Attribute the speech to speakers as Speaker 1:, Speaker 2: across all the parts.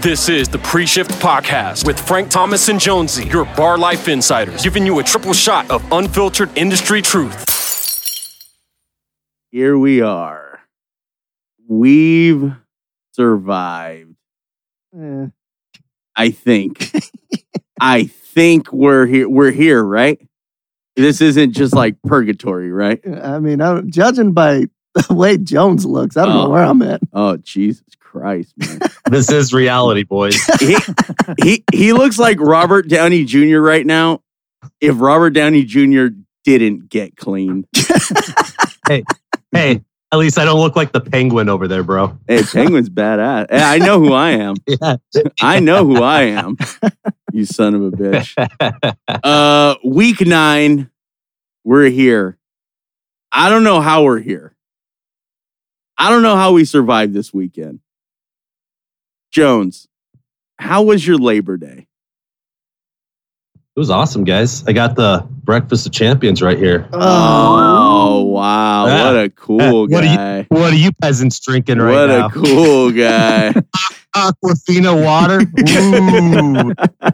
Speaker 1: This is the Pre Shift Podcast with Frank Thomas and Jonesy, your bar life insiders, giving you a triple shot of unfiltered industry truth.
Speaker 2: here we are. We've survived.
Speaker 3: Eh,
Speaker 2: I think. I think we're here. We're here, right? This isn't just like purgatory, right?
Speaker 3: I mean, I, don't- judging by the way Jones looks, I don't
Speaker 2: Oh.
Speaker 3: know where I'm at.
Speaker 2: Oh Jesus Christ, man!
Speaker 4: This is reality, boys.
Speaker 2: he, he he looks like Robert Downey Jr. right now. If Robert Downey Jr. didn't get clean,
Speaker 4: hey, at least I don't look like the penguin over there, bro.
Speaker 2: hey, Penguin's badass. Hey, I know who I am.
Speaker 4: Yeah.
Speaker 2: I know who I am. You son of a bitch. Uh, week nine, we're here. I don't know how we're here. I don't know how we survived this weekend. Jones, how was your Labor Day?
Speaker 4: It was awesome, guys. I got the Breakfast of Champions right here.
Speaker 2: Oh, wow. What a cool
Speaker 4: What do you-
Speaker 2: guy.
Speaker 4: What are you peasants drinking right
Speaker 2: What
Speaker 4: now?
Speaker 2: a cool guy.
Speaker 4: Aquafina water. Ooh.
Speaker 2: I'm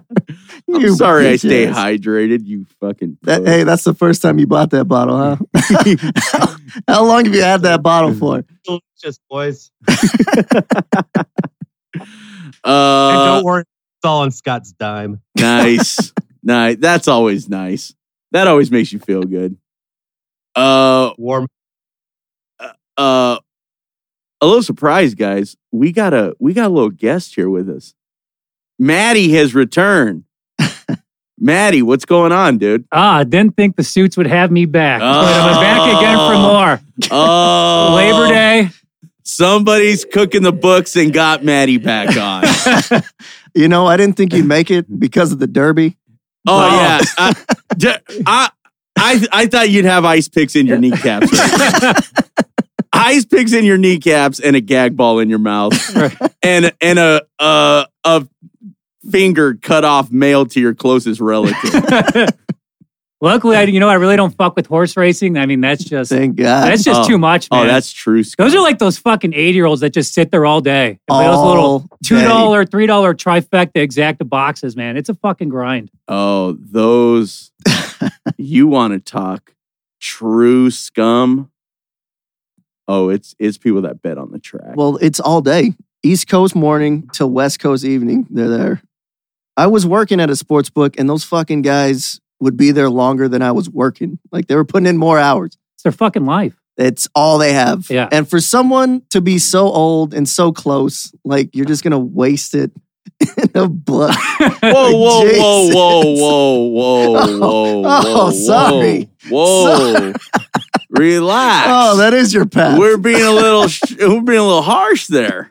Speaker 3: Oh. You
Speaker 2: sorry I stay
Speaker 3: bitches.
Speaker 2: hydrated, you fucking. Uh,
Speaker 3: That-
Speaker 2: bug.
Speaker 3: hey, that's the first time you bought that bottle, huh? How long have you had that bottle for?
Speaker 4: Delicious, boys. and
Speaker 2: Uh,
Speaker 4: don't worry, it's all on Scott's dime.
Speaker 2: nice. nice. That's always nice. That always makes you feel good. Uh,
Speaker 4: Warm.
Speaker 2: uh a little surprise guys we got a we got a little guest here with us maddie has returned maddie what's going on dude
Speaker 5: Ah, I didn't think the suits would have me back. But I'm back again for
Speaker 2: Oh.
Speaker 5: more.
Speaker 2: oh
Speaker 5: Labor Day.
Speaker 2: somebody's cooking the books and got maddie back on oh,
Speaker 3: You know, I didn't think you'd make it because of the Derby.
Speaker 2: Oh,
Speaker 5: Wow.
Speaker 2: yeah I, d- I, I I thought you'd have ice picks in your kneecaps right now. ice picks in your kneecaps and a gag ball in your mouth and and a a, a finger cut off mail to your closest relative.
Speaker 5: Luckily, I, you know, I really don't fuck with horse racing. I mean, that's just
Speaker 3: Thank God.
Speaker 5: that's just
Speaker 2: Oh.
Speaker 5: too much, man.
Speaker 2: oh, that's true. Scott.
Speaker 5: those are like those fucking eight year olds that just sit there all day. And play those little
Speaker 3: All
Speaker 5: two
Speaker 3: day.
Speaker 5: dollar, three dollar trifecta exacta boxes, man. It's a fucking grind.
Speaker 2: oh, those. you want to talk true scum? Oh, it's it's people that bet on the track.
Speaker 3: Well, it's all day. East Coast morning to West Coast evening. They're there. I was working at a sports book, and those fucking guys would be there longer than I was working. Like they were putting in more hours.
Speaker 5: It's their fucking life.
Speaker 3: It's all they have.
Speaker 5: Yeah.
Speaker 3: And for someone to be so old and so close, like you're just gonna waste it in a book.
Speaker 2: whoa, whoa,
Speaker 3: Jesus.
Speaker 2: whoa, whoa, whoa, whoa, whoa,
Speaker 3: Oh,
Speaker 2: whoa,
Speaker 3: oh, sorry.
Speaker 2: whoa. Relax.
Speaker 3: oh, that is your path.
Speaker 2: we're being a little sh- we're being a little harsh there.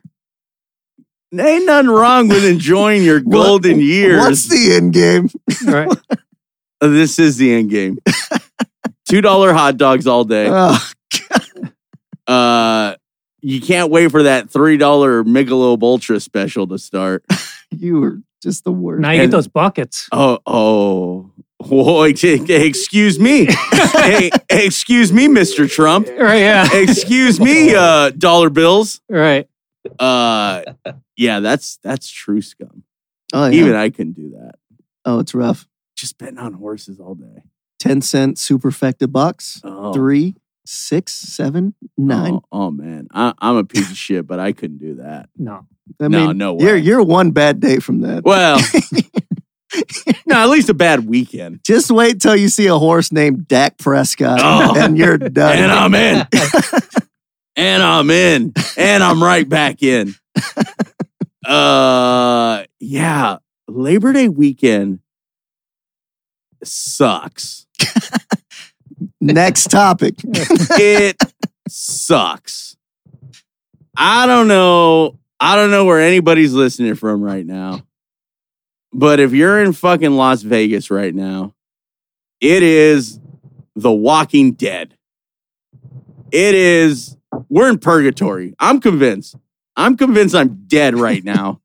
Speaker 2: Ain't nothing wrong with enjoying your
Speaker 3: What-
Speaker 2: golden years.
Speaker 3: What's the end game?
Speaker 5: Right?
Speaker 2: Uh, This is the end game. Two dollar hot dogs all day.
Speaker 3: Oh,
Speaker 2: Uh, you can't wait for that three dollar Michelob Ultra special to start.
Speaker 3: you were just the worst.
Speaker 5: Now you
Speaker 2: And-
Speaker 5: get those buckets.
Speaker 2: Oh, oh, Whoa, ex- excuse me, hey, excuse me, Mister Trump.
Speaker 5: Right? Yeah.
Speaker 2: Excuse me, uh, dollar bills.
Speaker 5: Right.
Speaker 2: Uh, yeah, that's that's true scum.
Speaker 3: oh, yeah.
Speaker 2: Even I couldn't do that.
Speaker 3: oh, it's rough.
Speaker 2: Just betting on horses all day.
Speaker 3: Ten cent superfecta box.
Speaker 2: Oh.
Speaker 3: Three, six, seven, nine.
Speaker 2: Oh, oh, man, I, I'm a piece of shit, but I couldn't do that.
Speaker 5: No.
Speaker 3: I
Speaker 2: no,
Speaker 3: mean,
Speaker 2: no way.
Speaker 3: you're you're one bad day from that.
Speaker 2: Well, no, at least a bad weekend.
Speaker 3: Just wait till you see a horse named Dak Prescott,
Speaker 2: Oh.
Speaker 3: and you're done.
Speaker 2: And I'm in. and I'm in. And I'm right back in. Uh yeah, Labor Day weekend sucks.
Speaker 3: Next topic.
Speaker 2: It sucks. I don't know. I don't know where anybody's listening from right now. But if you're in fucking Las Vegas right now, it is The Walking Dead. It is, we're in purgatory. I'm convinced. I'm convinced I'm dead right now.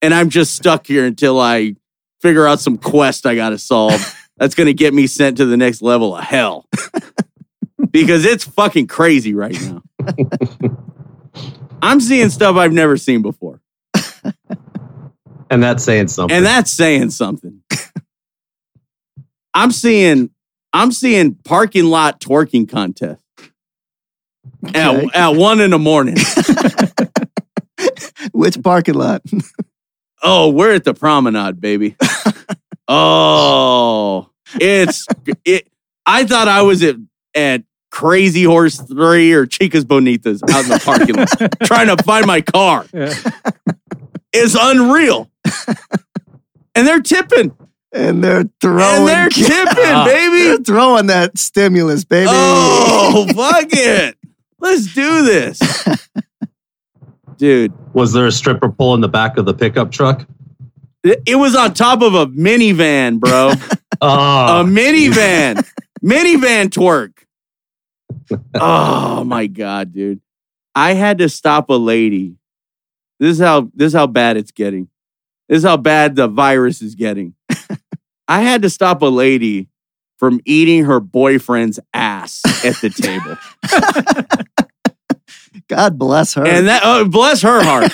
Speaker 2: and I'm just stuck here until I figure out some quest I got to solve that's going to get me sent to the next level of hell. because it's fucking crazy right now. I'm seeing stuff I've never seen before.
Speaker 4: And that's saying something.
Speaker 2: And that's saying something. I'm seeing I'm seeing parking lot twerking contest.
Speaker 3: Okay.
Speaker 2: At, at one in the morning.
Speaker 3: Which parking lot?
Speaker 2: Oh, we're at the promenade, baby. oh, it's it. I thought I was at at Crazy Horse Three or Chicas Bonitas out in the parking lot trying to find my car.
Speaker 5: Yeah.
Speaker 2: It's unreal. And they're tipping.
Speaker 3: And they're
Speaker 2: And
Speaker 3: throwing.
Speaker 2: they're tipping,
Speaker 5: Yeah.
Speaker 3: they're
Speaker 2: baby.
Speaker 3: throwing that stimulus, baby.
Speaker 2: Oh, fuck it. Let's do this. Dude,
Speaker 4: Was there a stripper pole in the back of the pickup truck?
Speaker 2: it it was on top of a minivan, bro. a Um,
Speaker 4: Oh,
Speaker 2: minivan, minivan twerk. Oh my god, dude! I had to stop a lady. This is how this is how bad it's getting. This is how bad the virus is getting. I had to stop a lady from eating her boyfriend's ass at the table,
Speaker 3: God bless her.
Speaker 2: and that oh, bless her heart.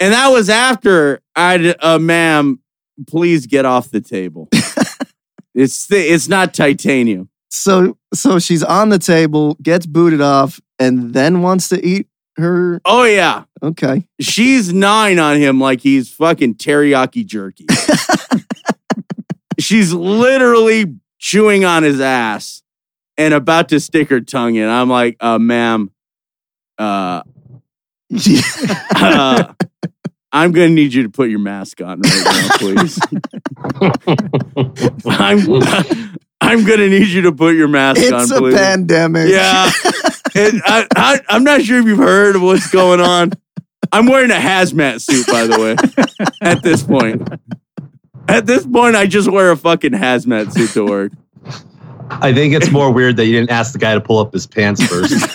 Speaker 2: and that was after I, uh, ma'am, please get off the table. it's thi- it's not titanium.
Speaker 3: so so she's on the table, gets booted off, and then wants to eat her.
Speaker 2: Oh yeah.
Speaker 3: Okay.
Speaker 2: She's nine on him like he's fucking teriyaki jerky. She's literally chewing on his ass and about to stick her tongue in. I'm like, uh, ma'am, uh, uh, I'm gonna need you to put your mask on right now, please. I'm I'm gonna need you to put your mask on,
Speaker 3: it's a
Speaker 2: please.
Speaker 3: pandemic.
Speaker 2: Yeah. It- I, I, I'm not sure if you've heard of what's going on. I'm wearing a hazmat suit, by the way, at this point. At this point, I just wear a fucking hazmat suit to work.
Speaker 4: I think it's more weird that you didn't ask the guy to pull up his pants first.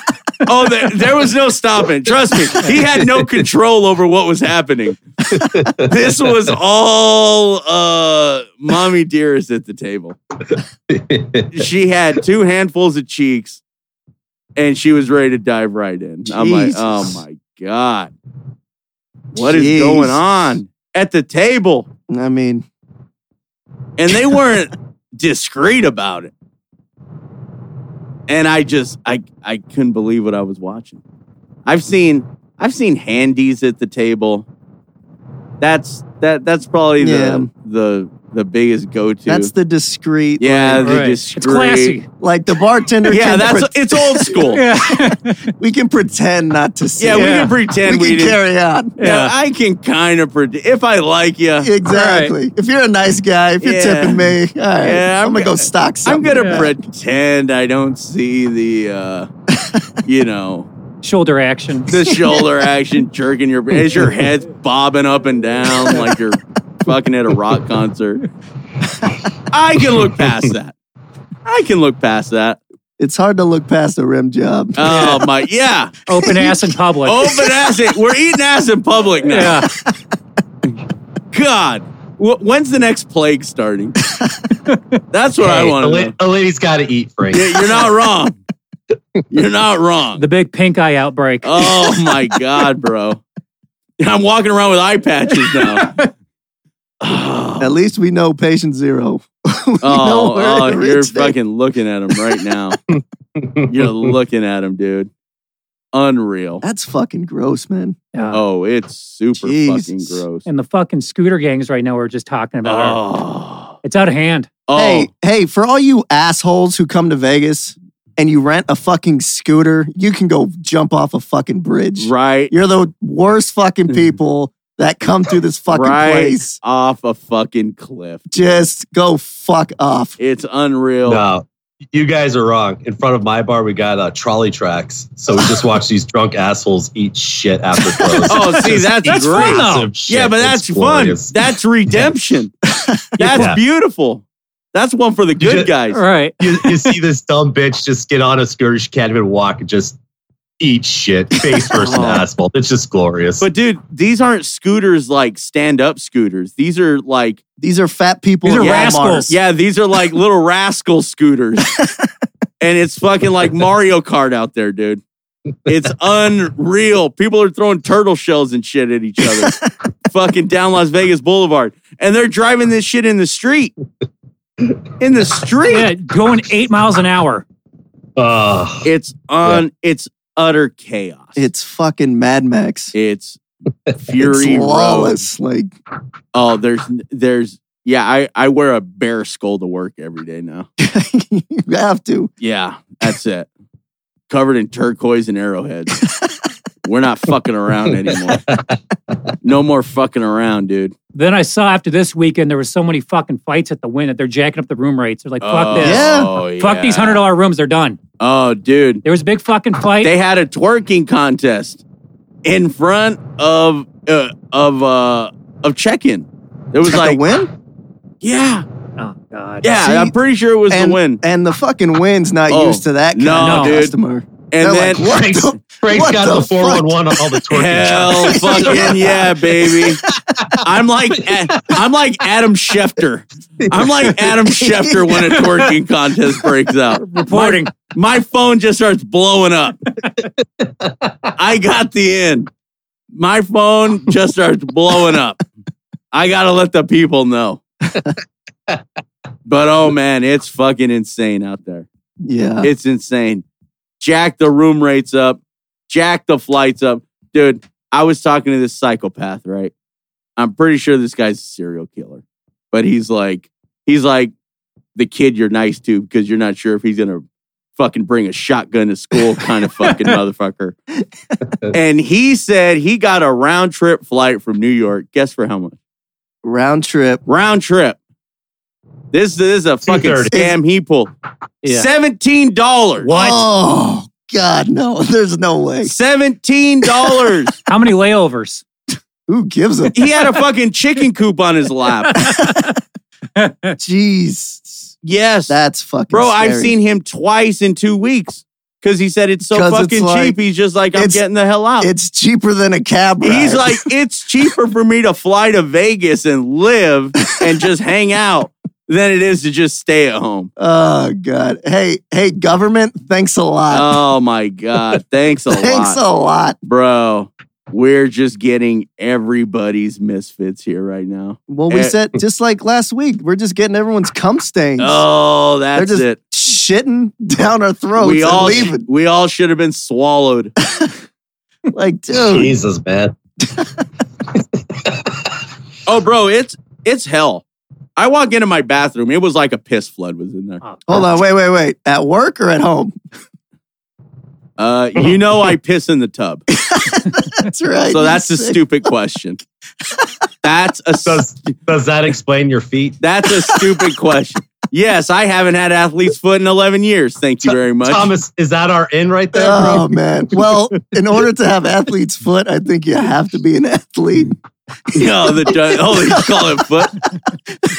Speaker 2: Oh, there, there was no stopping. Trust me. He had no control over what was happening. This was all uh, mommy dearest at the table. She had two handfuls of cheeks and she was ready to dive right in. I'm like, oh
Speaker 3: Jesus.
Speaker 2: my God. what is
Speaker 3: Jeez.
Speaker 2: going on at the table?
Speaker 3: I mean,
Speaker 2: And they weren't discreet about it. And I just I I couldn't believe what I was watching. I've seen I've seen handies at the table. That's that that's probably
Speaker 3: Yeah.
Speaker 2: the the the biggest go to.
Speaker 3: that's the discreet.
Speaker 2: yeah,
Speaker 3: Like,
Speaker 2: the
Speaker 5: Right. It's
Speaker 2: discreet.
Speaker 5: classy.
Speaker 3: like the bartender.
Speaker 2: Yeah,
Speaker 3: can
Speaker 2: that's
Speaker 3: pre-
Speaker 2: it's old school. yeah,
Speaker 5: Yeah.
Speaker 3: we can pretend not to see.
Speaker 2: we
Speaker 3: it.
Speaker 2: can pretend we,
Speaker 3: we can
Speaker 2: didn't.
Speaker 3: carry on.
Speaker 2: Yeah,
Speaker 5: Yeah.
Speaker 2: I can kind of predict if I like you.
Speaker 3: Exactly. If you're a nice guy, if you're
Speaker 2: Yeah.
Speaker 3: tipping me, all right,
Speaker 2: Yeah,
Speaker 3: I'm,
Speaker 2: I'm
Speaker 3: gonna
Speaker 2: go-
Speaker 3: go stock
Speaker 2: I'm
Speaker 3: something.
Speaker 2: gonna
Speaker 5: Yeah.
Speaker 2: pretend I don't see the, uh, you know,
Speaker 5: Shoulder action.
Speaker 2: the shoulder action jerking your as your head's bobbing up and down like you're fucking at a rock concert. I can look past that. I can look past that.
Speaker 3: It's hard to look past a rim job.
Speaker 2: Oh my, yeah.
Speaker 5: Open ass in public.
Speaker 2: Open ass. in- We're eating ass in public now.
Speaker 5: Yeah.
Speaker 2: God, wh- when's the next plague starting? That's what I
Speaker 4: Hey,
Speaker 2: want
Speaker 4: a,
Speaker 2: to
Speaker 4: la-
Speaker 2: know.
Speaker 4: a lady's got to eat, Frank.
Speaker 2: Yeah, you're not wrong. You're not wrong.
Speaker 5: The big pink eye outbreak.
Speaker 2: Oh my god, bro! I'm walking around with eye patches now.
Speaker 3: At least we know patient zero. We know
Speaker 2: Oh,
Speaker 3: where
Speaker 2: oh,
Speaker 3: it
Speaker 2: you're
Speaker 3: originated.
Speaker 2: fucking looking at him right now. You're looking at him, dude. Unreal.
Speaker 3: That's fucking gross, man.
Speaker 5: Yeah.
Speaker 2: Oh, it's super
Speaker 3: Jesus.
Speaker 2: fucking gross.
Speaker 5: And the fucking scooter gangs right now we're just talking about. are-
Speaker 2: Oh,
Speaker 5: It's out of hand.
Speaker 2: oh,
Speaker 3: Hey, hey, for all you assholes who come to Vegas and you rent a fucking scooter, you can go jump off a fucking bridge.
Speaker 2: right Mm.
Speaker 3: You're the worst fucking people that come through this fucking
Speaker 2: Right.
Speaker 3: place.
Speaker 2: off a fucking cliff.
Speaker 3: Just go fuck off.
Speaker 2: It's unreal.
Speaker 4: No, you guys are wrong. In front of my bar, we got uh, trolley tracks. So we just watch these drunk assholes eat shit after close.
Speaker 2: Oh, see,
Speaker 4: Just
Speaker 2: that's,
Speaker 4: eat
Speaker 2: great.
Speaker 5: fun, though.
Speaker 4: massive shit.
Speaker 2: Yeah, but
Speaker 4: It's
Speaker 2: that's fun.
Speaker 4: glorious.
Speaker 2: That's redemption. That's
Speaker 4: Yeah.
Speaker 2: beautiful. That's one for the good
Speaker 4: just-
Speaker 2: guys.
Speaker 5: All right.
Speaker 4: you, you see this dumb bitch just get on a scooter, she can't even walk, and just eat shit, face first in
Speaker 2: Oh.
Speaker 4: asphalt. It's just glorious.
Speaker 2: But dude, these aren't scooters like stand-up scooters. These are like
Speaker 3: These are fat people.
Speaker 5: These
Speaker 3: in
Speaker 5: are
Speaker 3: Walmart.
Speaker 5: rascals.
Speaker 2: yeah, these are like little rascal scooters. and it's fucking like Mario Kart out there, dude. It's unreal. People are throwing turtle shells and shit at each other. Fucking down Las Vegas Boulevard. And they're driving this shit in the street. In the street.
Speaker 5: Yeah, going eight miles an hour.
Speaker 4: Ugh.
Speaker 2: It's on it's utter chaos.
Speaker 3: It's fucking Mad Max.
Speaker 2: it's fury
Speaker 3: it's
Speaker 2: road.
Speaker 3: lawless. Like
Speaker 2: Oh, there's there's yeah, I, I wear a bear skull to work every day now.
Speaker 3: you have to.
Speaker 2: Yeah, that's it. Covered in turquoise and arrowheads. We're not fucking around anymore. No more fucking around, dude.
Speaker 5: Then I saw after this weekend there was so many fucking fights at the win that they're jacking up the room rates. They're like, fuck
Speaker 2: oh,
Speaker 5: this.
Speaker 3: Yeah.
Speaker 5: Fuck these hundred dollar rooms, they're done.
Speaker 2: Oh, dude.
Speaker 5: There was a big fucking fight.
Speaker 2: They had a twerking contest in front of uh, of uh of check-in. It was
Speaker 3: At
Speaker 2: like
Speaker 3: the win,
Speaker 2: yeah,
Speaker 5: oh god.
Speaker 2: yeah.
Speaker 3: See?
Speaker 2: I'm pretty sure it was
Speaker 3: and,
Speaker 2: the win.
Speaker 3: and the fucking win's not
Speaker 2: Oh,
Speaker 3: used to that kind
Speaker 2: no,
Speaker 3: of
Speaker 5: dude.
Speaker 3: customer.
Speaker 2: And
Speaker 3: They're
Speaker 2: then
Speaker 3: like, what
Speaker 4: Frank's,
Speaker 3: the-
Speaker 4: Frank's
Speaker 3: what
Speaker 4: got
Speaker 3: the
Speaker 4: the
Speaker 3: fuck?
Speaker 4: 411 on all the twerking
Speaker 2: Hell
Speaker 4: shots.
Speaker 2: fucking yeah, baby. I'm like I'm like Adam Schefter. I'm like Adam Schefter when a twerking contest breaks out.
Speaker 5: Reporting.
Speaker 2: My phone just starts blowing up. I got the end. My phone just starts blowing up. I gotta let the people know. But oh man, it's fucking insane out there.
Speaker 3: Yeah,
Speaker 2: It's insane. Jack the room rates up, jack the flights up. Dude, I was talking to this psychopath, right? I'm pretty sure this guy's a serial killer. But he's like, he's like the kid you're nice to because you're not sure if he's gonna fucking bring a shotgun to school kind of fucking motherfucker. and he said he got a round trip flight from New York. Guess for how much?
Speaker 3: round trip.
Speaker 2: Round trip. This, this is a fucking
Speaker 4: 230.
Speaker 2: scam he pulled.
Speaker 5: Yeah.
Speaker 2: Seventeen dollars.
Speaker 5: What?
Speaker 3: Oh God, no! There's no way.
Speaker 2: Seventeen dollars.
Speaker 5: How many layovers?
Speaker 3: Who gives a
Speaker 2: he had a fucking chicken coop on his lap.
Speaker 3: jeez?
Speaker 2: Yes,
Speaker 3: That's fucking.
Speaker 2: bro. I've
Speaker 3: scary.
Speaker 2: seen him twice in two weeks because he said it's so
Speaker 3: 'Cause it's
Speaker 2: fucking
Speaker 3: like-
Speaker 2: cheap. He's just like, I'm
Speaker 3: it's-
Speaker 2: getting the hell out.
Speaker 3: It's cheaper than a cab. Ride.
Speaker 2: He's like, it's cheaper for me to fly to Vegas and live and just hang out than it is to just stay at home.
Speaker 3: oh God. Hey, hey, government. Thanks a lot.
Speaker 2: Oh my god, thanks Oh, a
Speaker 3: Uh, thanks
Speaker 2: lot,
Speaker 3: a lot.
Speaker 2: bro. We're just getting everybody's misfits here right now.
Speaker 3: Well, we
Speaker 2: Eh.
Speaker 3: said just like last week. We're just getting everyone's cum stains.
Speaker 2: Oh, that's
Speaker 3: just-
Speaker 2: it.
Speaker 3: Shitting down our throats
Speaker 2: we
Speaker 3: and
Speaker 2: all
Speaker 3: leaving.
Speaker 2: we all should have been swallowed.
Speaker 3: Like, dude,
Speaker 4: Jesus, man.
Speaker 2: Oh, bro, it's it's hell. I walk into my bathroom. It was like a piss flood was in there.
Speaker 5: Oh,
Speaker 3: hold on, wait, wait, wait. At work or at home?
Speaker 2: Uh, you know, I piss in the tub.
Speaker 3: That's right.
Speaker 2: So that's a
Speaker 3: You sick-
Speaker 2: stupid question. That's a
Speaker 4: Does does that explain your feet?
Speaker 2: that's a stupid question. Yes, I haven't had athlete's foot in eleven years. Thank you very much.
Speaker 4: Thomas, is that our in right there,
Speaker 3: Oh
Speaker 4: bro?
Speaker 3: man. Well, in order to have athlete's foot, I think you have to be an athlete.
Speaker 2: No, the ju- oh, they just call it foot.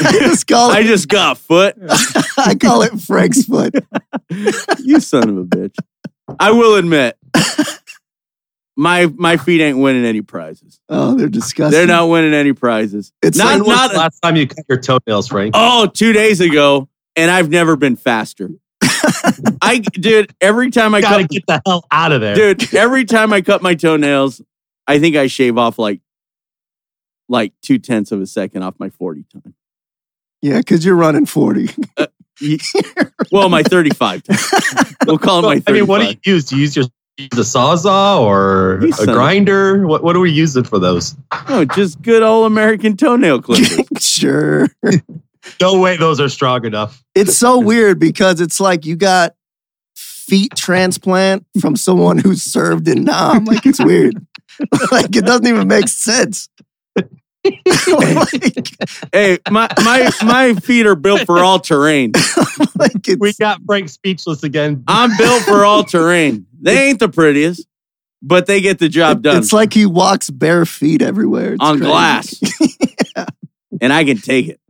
Speaker 3: I just call
Speaker 2: I
Speaker 3: it,
Speaker 2: just got foot.
Speaker 3: I call it Frank's foot.
Speaker 2: You son of a bitch. I will admit, my my feet ain't winning any prizes.
Speaker 3: Oh, they're disgusting.
Speaker 2: They're not winning any prizes.
Speaker 3: It's
Speaker 2: not-
Speaker 4: When
Speaker 3: like,
Speaker 4: was
Speaker 2: not-
Speaker 4: the last time you cut your toenails, Frank?
Speaker 2: Oh, two days ago, and I've never been faster. I dude, every time I
Speaker 4: gotta
Speaker 2: cut,
Speaker 4: get the hell out of there.
Speaker 2: dude, every time I cut my toenails, I think I shave off like like two tenths of a second off my forty time.
Speaker 3: yeah, because you're running forty.
Speaker 2: Well, my thirty-five. Time. We'll call it
Speaker 4: Well,
Speaker 2: my
Speaker 4: I
Speaker 2: thirty-five.
Speaker 4: mean, what do you use? Do you use your use a sawzall or
Speaker 2: You
Speaker 4: a
Speaker 2: son of-
Speaker 4: grinder? What what are we using for those?
Speaker 2: no, just good old American toenail clippers.
Speaker 3: sure.
Speaker 4: No way, those are strong enough.
Speaker 3: It's so weird because it's like you got feet transplant from someone who served in Nam. Like it's weird. like it doesn't even make sense. like,
Speaker 2: hey, my my my feet are built for all terrain.
Speaker 3: like it's,
Speaker 4: We got Frank speechless again.
Speaker 2: I'm built for all terrain. They ain't the prettiest, but they get the job done.
Speaker 3: it's like he walks bare feet everywhere. It's
Speaker 2: on
Speaker 3: crazy.
Speaker 2: glass. And I can take it.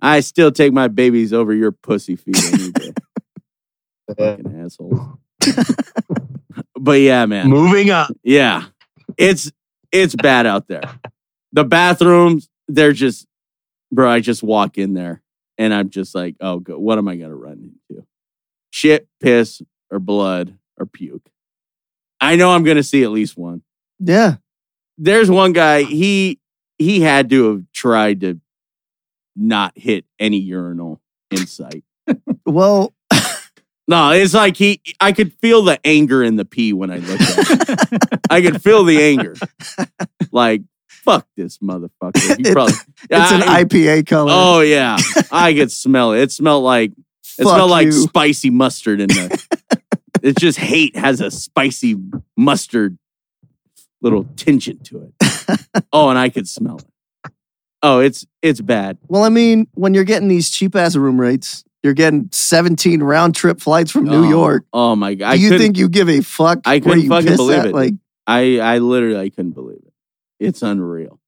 Speaker 2: I still take my babies over your pussy feet any day. Fucking assholes. but yeah, man.
Speaker 4: Moving up.
Speaker 2: Yeah. It's it's bad out there. The bathrooms, they're just bro, I just walk in there and I'm just like, oh go, what am I gonna run into? Shit, piss, or blood, or puke. I know I'm going to see at least one.
Speaker 3: Yeah.
Speaker 2: There's one guy, he he had to have tried to not hit any urinal in sight.
Speaker 3: Well,
Speaker 2: No, it's like he I could feel the anger in the pee when I looked at him. I could feel the anger. Like, fuck this motherfucker. He
Speaker 3: It-
Speaker 2: probably,
Speaker 3: it's an
Speaker 2: I-
Speaker 3: IPA color.
Speaker 2: Oh yeah. I could smell it. It smelled like it
Speaker 3: Fuck
Speaker 2: smelled like
Speaker 3: you.
Speaker 2: spicy mustard in the It's just hate has a spicy mustard little tingent to it. oh, and I could smell it. Oh, it's it's bad.
Speaker 3: Well, I mean, when you're getting these cheap ass room rates, you're getting 17 round trip flights from
Speaker 2: Oh,
Speaker 3: New York.
Speaker 2: Oh my god.
Speaker 3: Do
Speaker 2: I
Speaker 3: you
Speaker 2: couldn't-
Speaker 3: think you give a fuck?
Speaker 2: I
Speaker 3: where
Speaker 2: couldn't
Speaker 3: you
Speaker 2: fucking
Speaker 3: piss
Speaker 2: believe
Speaker 3: at?
Speaker 2: it.
Speaker 3: Like,
Speaker 2: I I literally I couldn't believe it. It's unreal.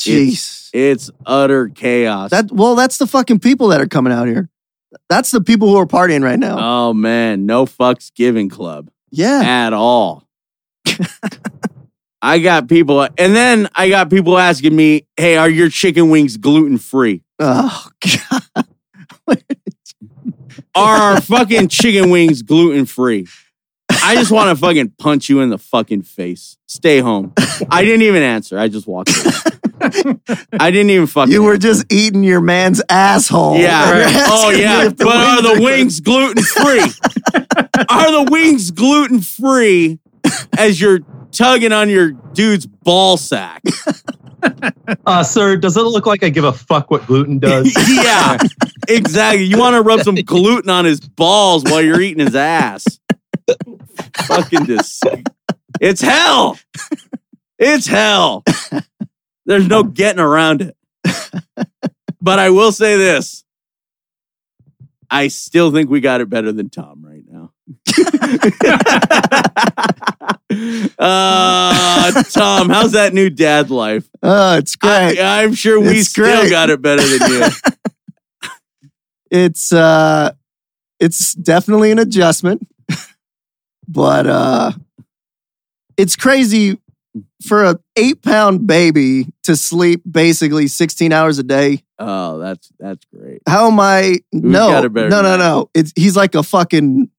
Speaker 3: jeez.
Speaker 2: It's utter chaos.
Speaker 3: That well, that's the fucking people that are coming out here. That's the people who are partying right now.
Speaker 2: oh man, no fucks given club
Speaker 3: yeah.
Speaker 2: at all. I got people, and then I got people asking me, "Hey, are your chicken wings gluten free?
Speaker 3: Oh god.
Speaker 2: Are our fucking chicken wings gluten free?" I just want to fucking punch you in the fucking face. Stay home. I didn't even answer. I just walked. away. I didn't even fucking.
Speaker 3: You were
Speaker 2: answer.
Speaker 3: just eating your man's asshole.
Speaker 2: Yeah.
Speaker 3: You're
Speaker 5: Right.
Speaker 2: Oh
Speaker 3: asking me
Speaker 2: yeah.
Speaker 3: if
Speaker 2: But are the
Speaker 3: good.
Speaker 2: wings gluten free? are the wings gluten free as you're tugging on your dude's ball sack?
Speaker 4: Uh, sir, does it look like I give a fuck what gluten does?
Speaker 2: yeah. Exactly. You want to rub some gluten on his balls while you're eating his ass. Fucking this. It's hell. It's hell. There's no getting around it. But I will say this. I still think we got it better than Tom right now. uh, Tom, how's that new dad life?
Speaker 3: Oh, it's great.
Speaker 2: I, am sure we
Speaker 3: It's
Speaker 2: still
Speaker 3: great.
Speaker 2: got it better than you.
Speaker 3: it's uh it's definitely an adjustment but uh it's crazy for a eight pound baby to sleep basically 16 hours a day
Speaker 2: Oh, that's that's great.
Speaker 3: how am i no
Speaker 2: got it
Speaker 3: no
Speaker 2: better
Speaker 3: no
Speaker 2: than that.
Speaker 3: no it's, he's like a fucking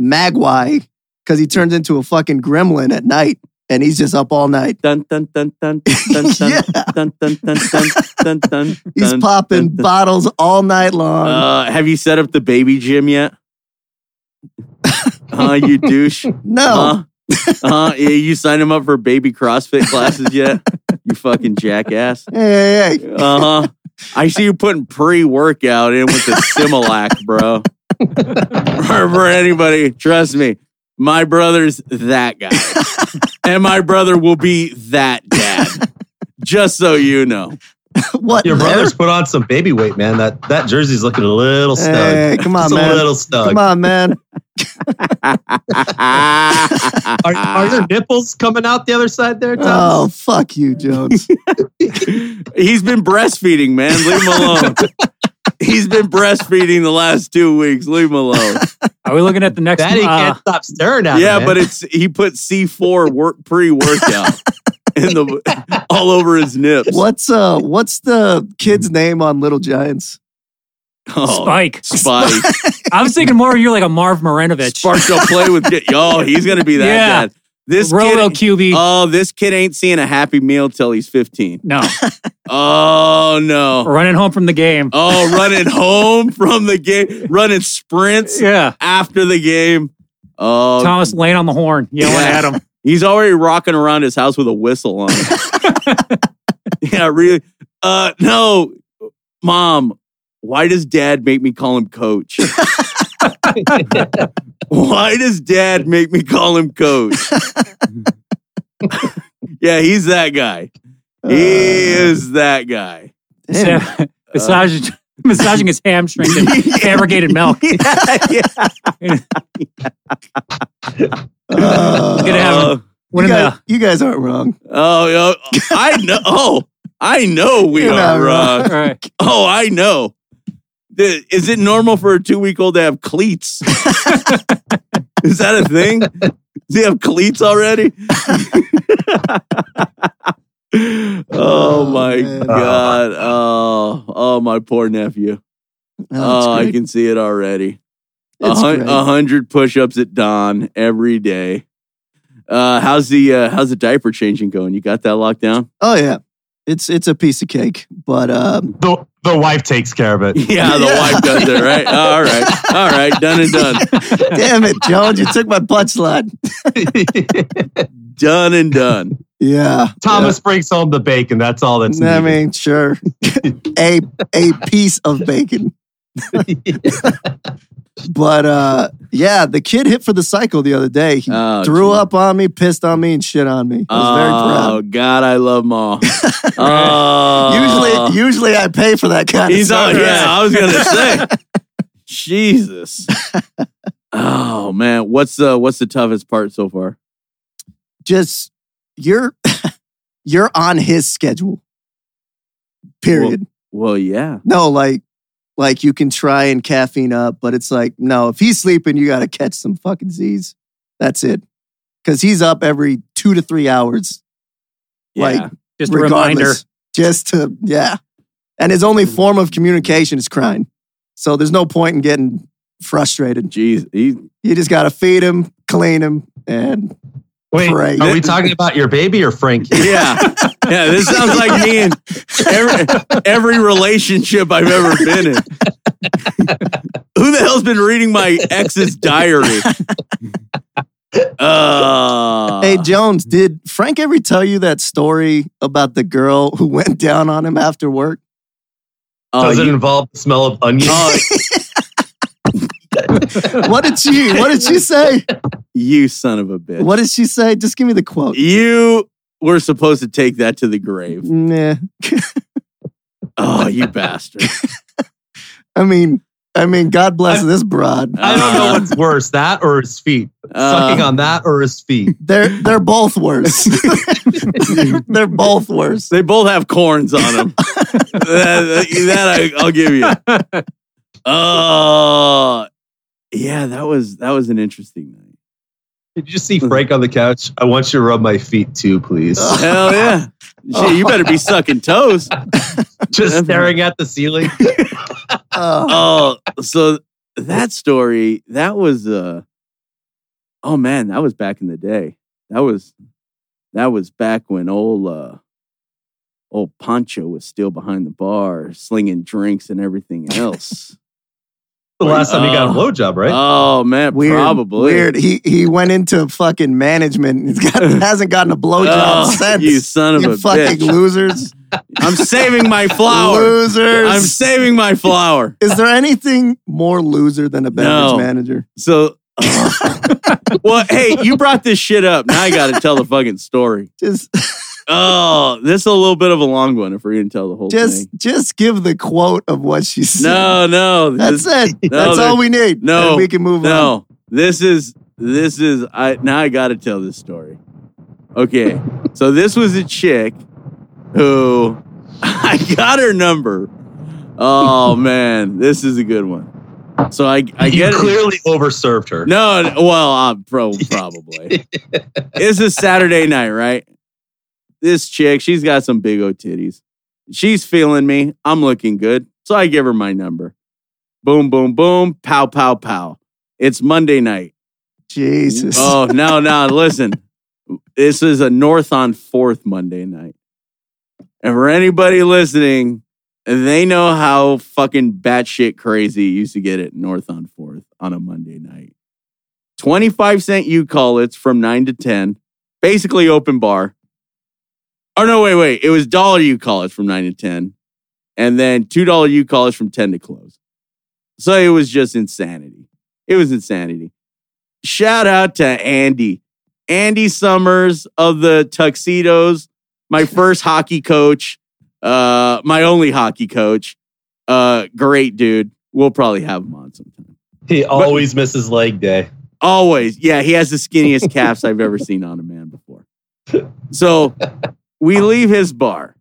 Speaker 3: magwai because he turns into a fucking gremlin at night and he's just up all night
Speaker 2: Dun dun dun dun dun dun
Speaker 3: Yeah.
Speaker 2: dun dun dun dun dun dun.
Speaker 3: he's
Speaker 2: dun,
Speaker 3: popping
Speaker 2: dun, dun.
Speaker 3: bottles all night long
Speaker 2: Uh, have you set up the baby gym yet? Huh, you douche. Huh?
Speaker 3: no
Speaker 2: Huh? Yeah, you signed him up for baby CrossFit classes yet? You fucking jackass.
Speaker 3: hey, hey, hey.
Speaker 2: Uh huh. I see you putting pre workout in with the Similac, bro. for, for anybody, trust me, my brother's that guy. and my brother will be that dad. Just so you know.
Speaker 3: what
Speaker 4: Your
Speaker 3: Larry?
Speaker 4: brother's put on some baby weight, man. That that jersey's looking a little snug.
Speaker 3: hey, come on
Speaker 4: Just a
Speaker 3: man
Speaker 4: little snug.
Speaker 3: come on man
Speaker 4: Are, are your nipples coming out the other side
Speaker 3: Oh,
Speaker 4: there, Tom?
Speaker 3: fuck you, Jones.
Speaker 2: He's been breastfeeding, man. Leave him alone. He's been breastfeeding the last two weeks. Leave him alone.
Speaker 5: Are we looking at the next?
Speaker 4: Daddy
Speaker 5: uh,
Speaker 4: can't stop staring at
Speaker 2: Yeah,
Speaker 4: me, man.
Speaker 2: but it's he put C four work pre workout in the all over his nips.
Speaker 3: what's uh what's the kid's name on Little Giants?
Speaker 2: Oh,
Speaker 5: Uh, Spike.
Speaker 2: Spike.
Speaker 5: I was thinking more. You're like a Marv Marinovich,
Speaker 2: Spark do play with. Kid. Yo, he's gonna be that
Speaker 5: Yeah.
Speaker 2: dad. This
Speaker 5: Roto
Speaker 2: kid.
Speaker 5: QB.
Speaker 2: Oh, this kid ain't seeing a happy meal till he's fifteen.
Speaker 5: no,
Speaker 2: Oh no.
Speaker 5: running home from the game.
Speaker 2: Oh, running home from the game, running sprints
Speaker 5: Yeah,
Speaker 2: after the game. Oh,
Speaker 5: Thomas Lane on the horn, yelling
Speaker 2: Yeah.
Speaker 5: at him.
Speaker 2: He's already rocking around his house with a whistle on. yeah, really. Uh, no, mom. Why does dad make me call him coach? why does dad make me call him coach? yeah, he's that guy. He is that guy.
Speaker 3: Uh, damn.
Speaker 5: massaging,
Speaker 2: Uh.
Speaker 5: massaging his hamstrings and fabricated milk.
Speaker 2: yeah.
Speaker 3: Uh,
Speaker 5: Gonna have
Speaker 2: Uh,
Speaker 5: One
Speaker 3: you,
Speaker 5: of
Speaker 3: guys,
Speaker 5: the
Speaker 3: you guys aren't wrong.
Speaker 2: oh, oh, I know. Oh, I know we
Speaker 3: You're not
Speaker 2: are wrong.
Speaker 5: all right.
Speaker 2: Oh, I know. The- Is it normal for a two week old to have cleats? Is that a thing? Does he have cleats already? oh,
Speaker 3: Oh,
Speaker 2: my
Speaker 3: man.
Speaker 2: god. Oh, oh my poor nephew.
Speaker 3: Oh,
Speaker 2: Oh, I
Speaker 3: it's great.
Speaker 2: can see it Uh-huh, already. A
Speaker 3: It's
Speaker 2: hun-
Speaker 3: great.
Speaker 2: a hundred push ups at dawn every day. Uh, how's the uh, how's the diaper changing going? You got that locked down?
Speaker 3: Oh yeah, it's it's a piece of cake, but um,
Speaker 4: The, the wife takes care of it.
Speaker 2: Yeah, the
Speaker 3: Yeah.
Speaker 2: wife does it, right? All right, all right, done and done,
Speaker 3: damn it, Jones, you took my punchline.
Speaker 2: done and done.
Speaker 3: Yeah,
Speaker 4: Thomas brings home the bacon. That's all that's
Speaker 3: I
Speaker 4: needed.
Speaker 3: mean, sure, a a piece of bacon. but uh, yeah, the kid hit for the cycle the other day. He
Speaker 2: Oh,
Speaker 3: threw
Speaker 2: gee.
Speaker 3: up on me, pissed on me, and shit on me. I was very proud.
Speaker 2: Oh God, I love Ma. Oh,
Speaker 3: usually, usually I pay for that kind
Speaker 2: he's
Speaker 3: of
Speaker 2: on.
Speaker 3: stuff.
Speaker 2: Yeah, I was gonna say, Jesus. Oh man, what's the what's the toughest part so far?
Speaker 3: Just you're you're on his schedule. Period.
Speaker 2: Well, yeah,
Speaker 3: No, like like you can try and caffeine up, but it's like, no, if he's sleeping, you gotta catch some fucking Z's. That's it. Cause he's up every two to three hours.
Speaker 2: yeah.
Speaker 3: Like,
Speaker 5: Just a reminder.
Speaker 3: regardless. Just to yeah. And his only form of communication is crying. So there's no point in getting frustrated.
Speaker 2: Jeez, he,
Speaker 3: You just gotta feed him, clean him, and
Speaker 4: Wait,
Speaker 3: Right.
Speaker 4: are we talking about your baby or Frank?
Speaker 2: yeah, yeah. This sounds like me and every, every relationship I've ever been in. Who the hell's been reading my ex's diary? Uh,
Speaker 3: Hey Jones, did Frank ever tell you that story about the girl who went down on him after work?
Speaker 2: oh,
Speaker 4: Does it
Speaker 2: you-
Speaker 4: involve the smell of onions?
Speaker 2: oh,
Speaker 3: What did she what did she say?
Speaker 2: you son of a bitch!
Speaker 3: What did she say? Just give me the quote.
Speaker 2: You were supposed to take that to the grave.
Speaker 3: Nah.
Speaker 2: Oh, you bastard!
Speaker 3: I mean, I mean, God bless this broad.
Speaker 4: I don't
Speaker 2: Uh,
Speaker 4: know what's worse, that or his feet. Sucking on that or his feet.
Speaker 3: They're they're both worse. they're both worse.
Speaker 2: They both have corns on them. that, that I, will give you. Uh, yeah, that was that was an interesting night.
Speaker 4: Did you just see Frank on the couch? I want you to rub my feet too, please.
Speaker 2: Hell yeah! Shit, you better be sucking toes.
Speaker 4: just staring at the ceiling.
Speaker 3: Oh,
Speaker 2: Oh, so that story that was uh, oh man, that was back in the day. That was that was back when old uh, old Pancho was still behind the bar slinging drinks and everything else.
Speaker 4: The last time he got a
Speaker 2: Oh.
Speaker 4: blowjob, right?
Speaker 2: Oh man,
Speaker 3: weird.
Speaker 2: probably
Speaker 3: weird. He he went into fucking management. and He's got hasn't gotten a blowjob
Speaker 2: Oh,
Speaker 3: since.
Speaker 2: You son of
Speaker 3: You
Speaker 2: a
Speaker 3: fucking
Speaker 2: bitch!
Speaker 3: losers,
Speaker 2: I'm saving my flower.
Speaker 3: losers.
Speaker 2: I'm saving my flower.
Speaker 3: Is there anything more loser than a beverage
Speaker 2: No.
Speaker 3: manager?
Speaker 2: So, well, hey, you brought this shit up. Now I got to tell the fucking story.
Speaker 3: Just
Speaker 2: Oh, this is a little bit of a long one if we're gonna tell the whole
Speaker 3: just
Speaker 2: thing.
Speaker 3: just give the quote of what she said.
Speaker 2: No, no,
Speaker 3: that's
Speaker 2: this,
Speaker 3: it.
Speaker 2: No,
Speaker 3: that's
Speaker 2: there-
Speaker 3: all we need.
Speaker 2: no,
Speaker 3: And we can move on.
Speaker 2: no. This is this is I now I got to tell this story. Okay, so this was a chick who I got her number. Oh man, this is a good one. So I I
Speaker 4: you
Speaker 2: get it.
Speaker 4: clearly overserved her.
Speaker 2: No, no, well, uh, pro, probably. it's a Saturday night, right? This chick, she's got some big old titties. She's feeling me. I'm looking good. So I give her my number. Boom, boom, boom. Pow, pow, pow. It's Monday night.
Speaker 3: Jesus.
Speaker 2: Oh, no, no. Listen, this is a North on Fourth Monday night. And for anybody listening, they know how fucking batshit crazy it used to get at North on Fourth on a Monday night. 25 cent you call it's from 9 to 10, basically open bar. Or no, wait, wait. It was dollar you call it's from 9 to 10. And then $2 you call it's from 10 to close. So it was just insanity. It was insanity shout out to Andy. Andy Summers of the Tuxedos, my first hockey coach, uh, my only hockey coach. Uh, great dude. We'll probably have him on sometime.
Speaker 4: He always misses leg day.
Speaker 2: Always. Yeah, he has the skinniest calves I've ever seen on a man before. So we leave his bar.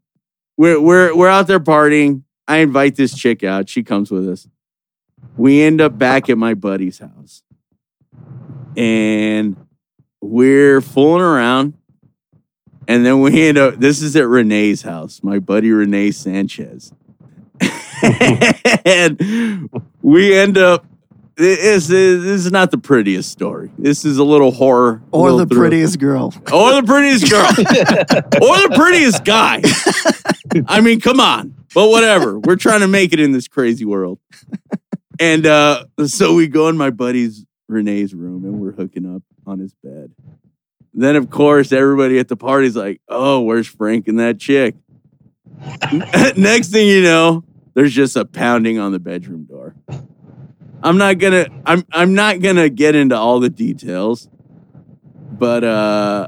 Speaker 2: We're we're we're out there partying. I invite this chick out. She comes with us. We end up back at my buddy's house. And we're fooling around. And then we end up this is at Renee's house, my buddy Renee Sanchez. and we end up It is- it- this is not the prettiest story. This is a little horror.
Speaker 3: Or
Speaker 2: little
Speaker 3: the
Speaker 2: thriller.
Speaker 3: prettiest girl.
Speaker 2: Or the prettiest girl. or the prettiest guy. I mean, come on. But whatever. We're trying to make it in this crazy world. And uh, so we go in my buddy's Renee's room and we're hooking up on his bed. Then, of course, everybody at the party's like, oh, where's Frank and that chick? Next thing you know, there's just a pounding on the bedroom door. I'm not gonna I'm I'm not gonna get into all the details, but uh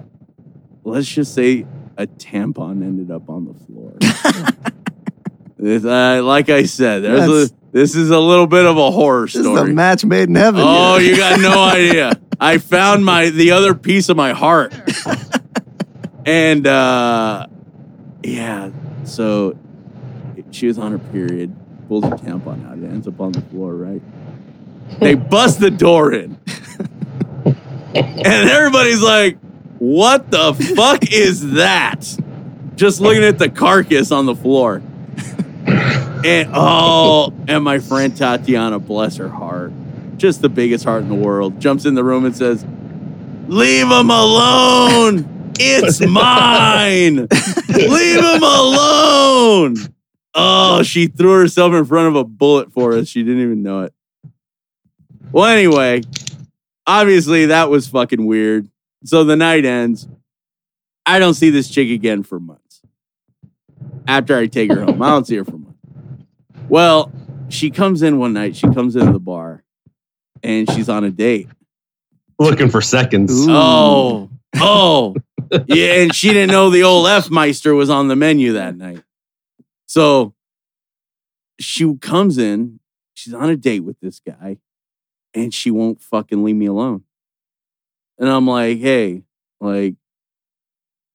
Speaker 2: let's just say a tampon ended up on the floor. This, uh, like I said, there's
Speaker 3: That's-
Speaker 2: a, this is a little bit of a horror
Speaker 3: This
Speaker 2: story.
Speaker 3: is a match made in heaven.
Speaker 2: Oh,
Speaker 3: yeah.
Speaker 2: you got no idea. I found my the other piece of my heart. And uh yeah, so she was on her period, pulls her tampon out, it ends up on the floor, right? They bust the door in. And everybody's like, what the fuck is that? Just looking at the carcass on the floor. And oh, and my friend Tatiana, bless her heart, just the biggest heart in the world, jumps in the room and says, Leave him alone. It's mine. Leave him alone. Oh, she threw herself in front of a bullet for us. She didn't even know it. Well, anyway, obviously that was fucking weird. So the night ends. I don't see this chick again for months. After I take her home, I don't see her for months. Well, she comes in one night. She comes into the bar and she's on a date.
Speaker 4: Looking for seconds.
Speaker 3: Ooh.
Speaker 2: Oh, oh, yeah. And she didn't know the old F Meister was on the menu that night. So she comes in, she's on a date with this guy, and she won't fucking leave me alone. And I'm like, hey, like,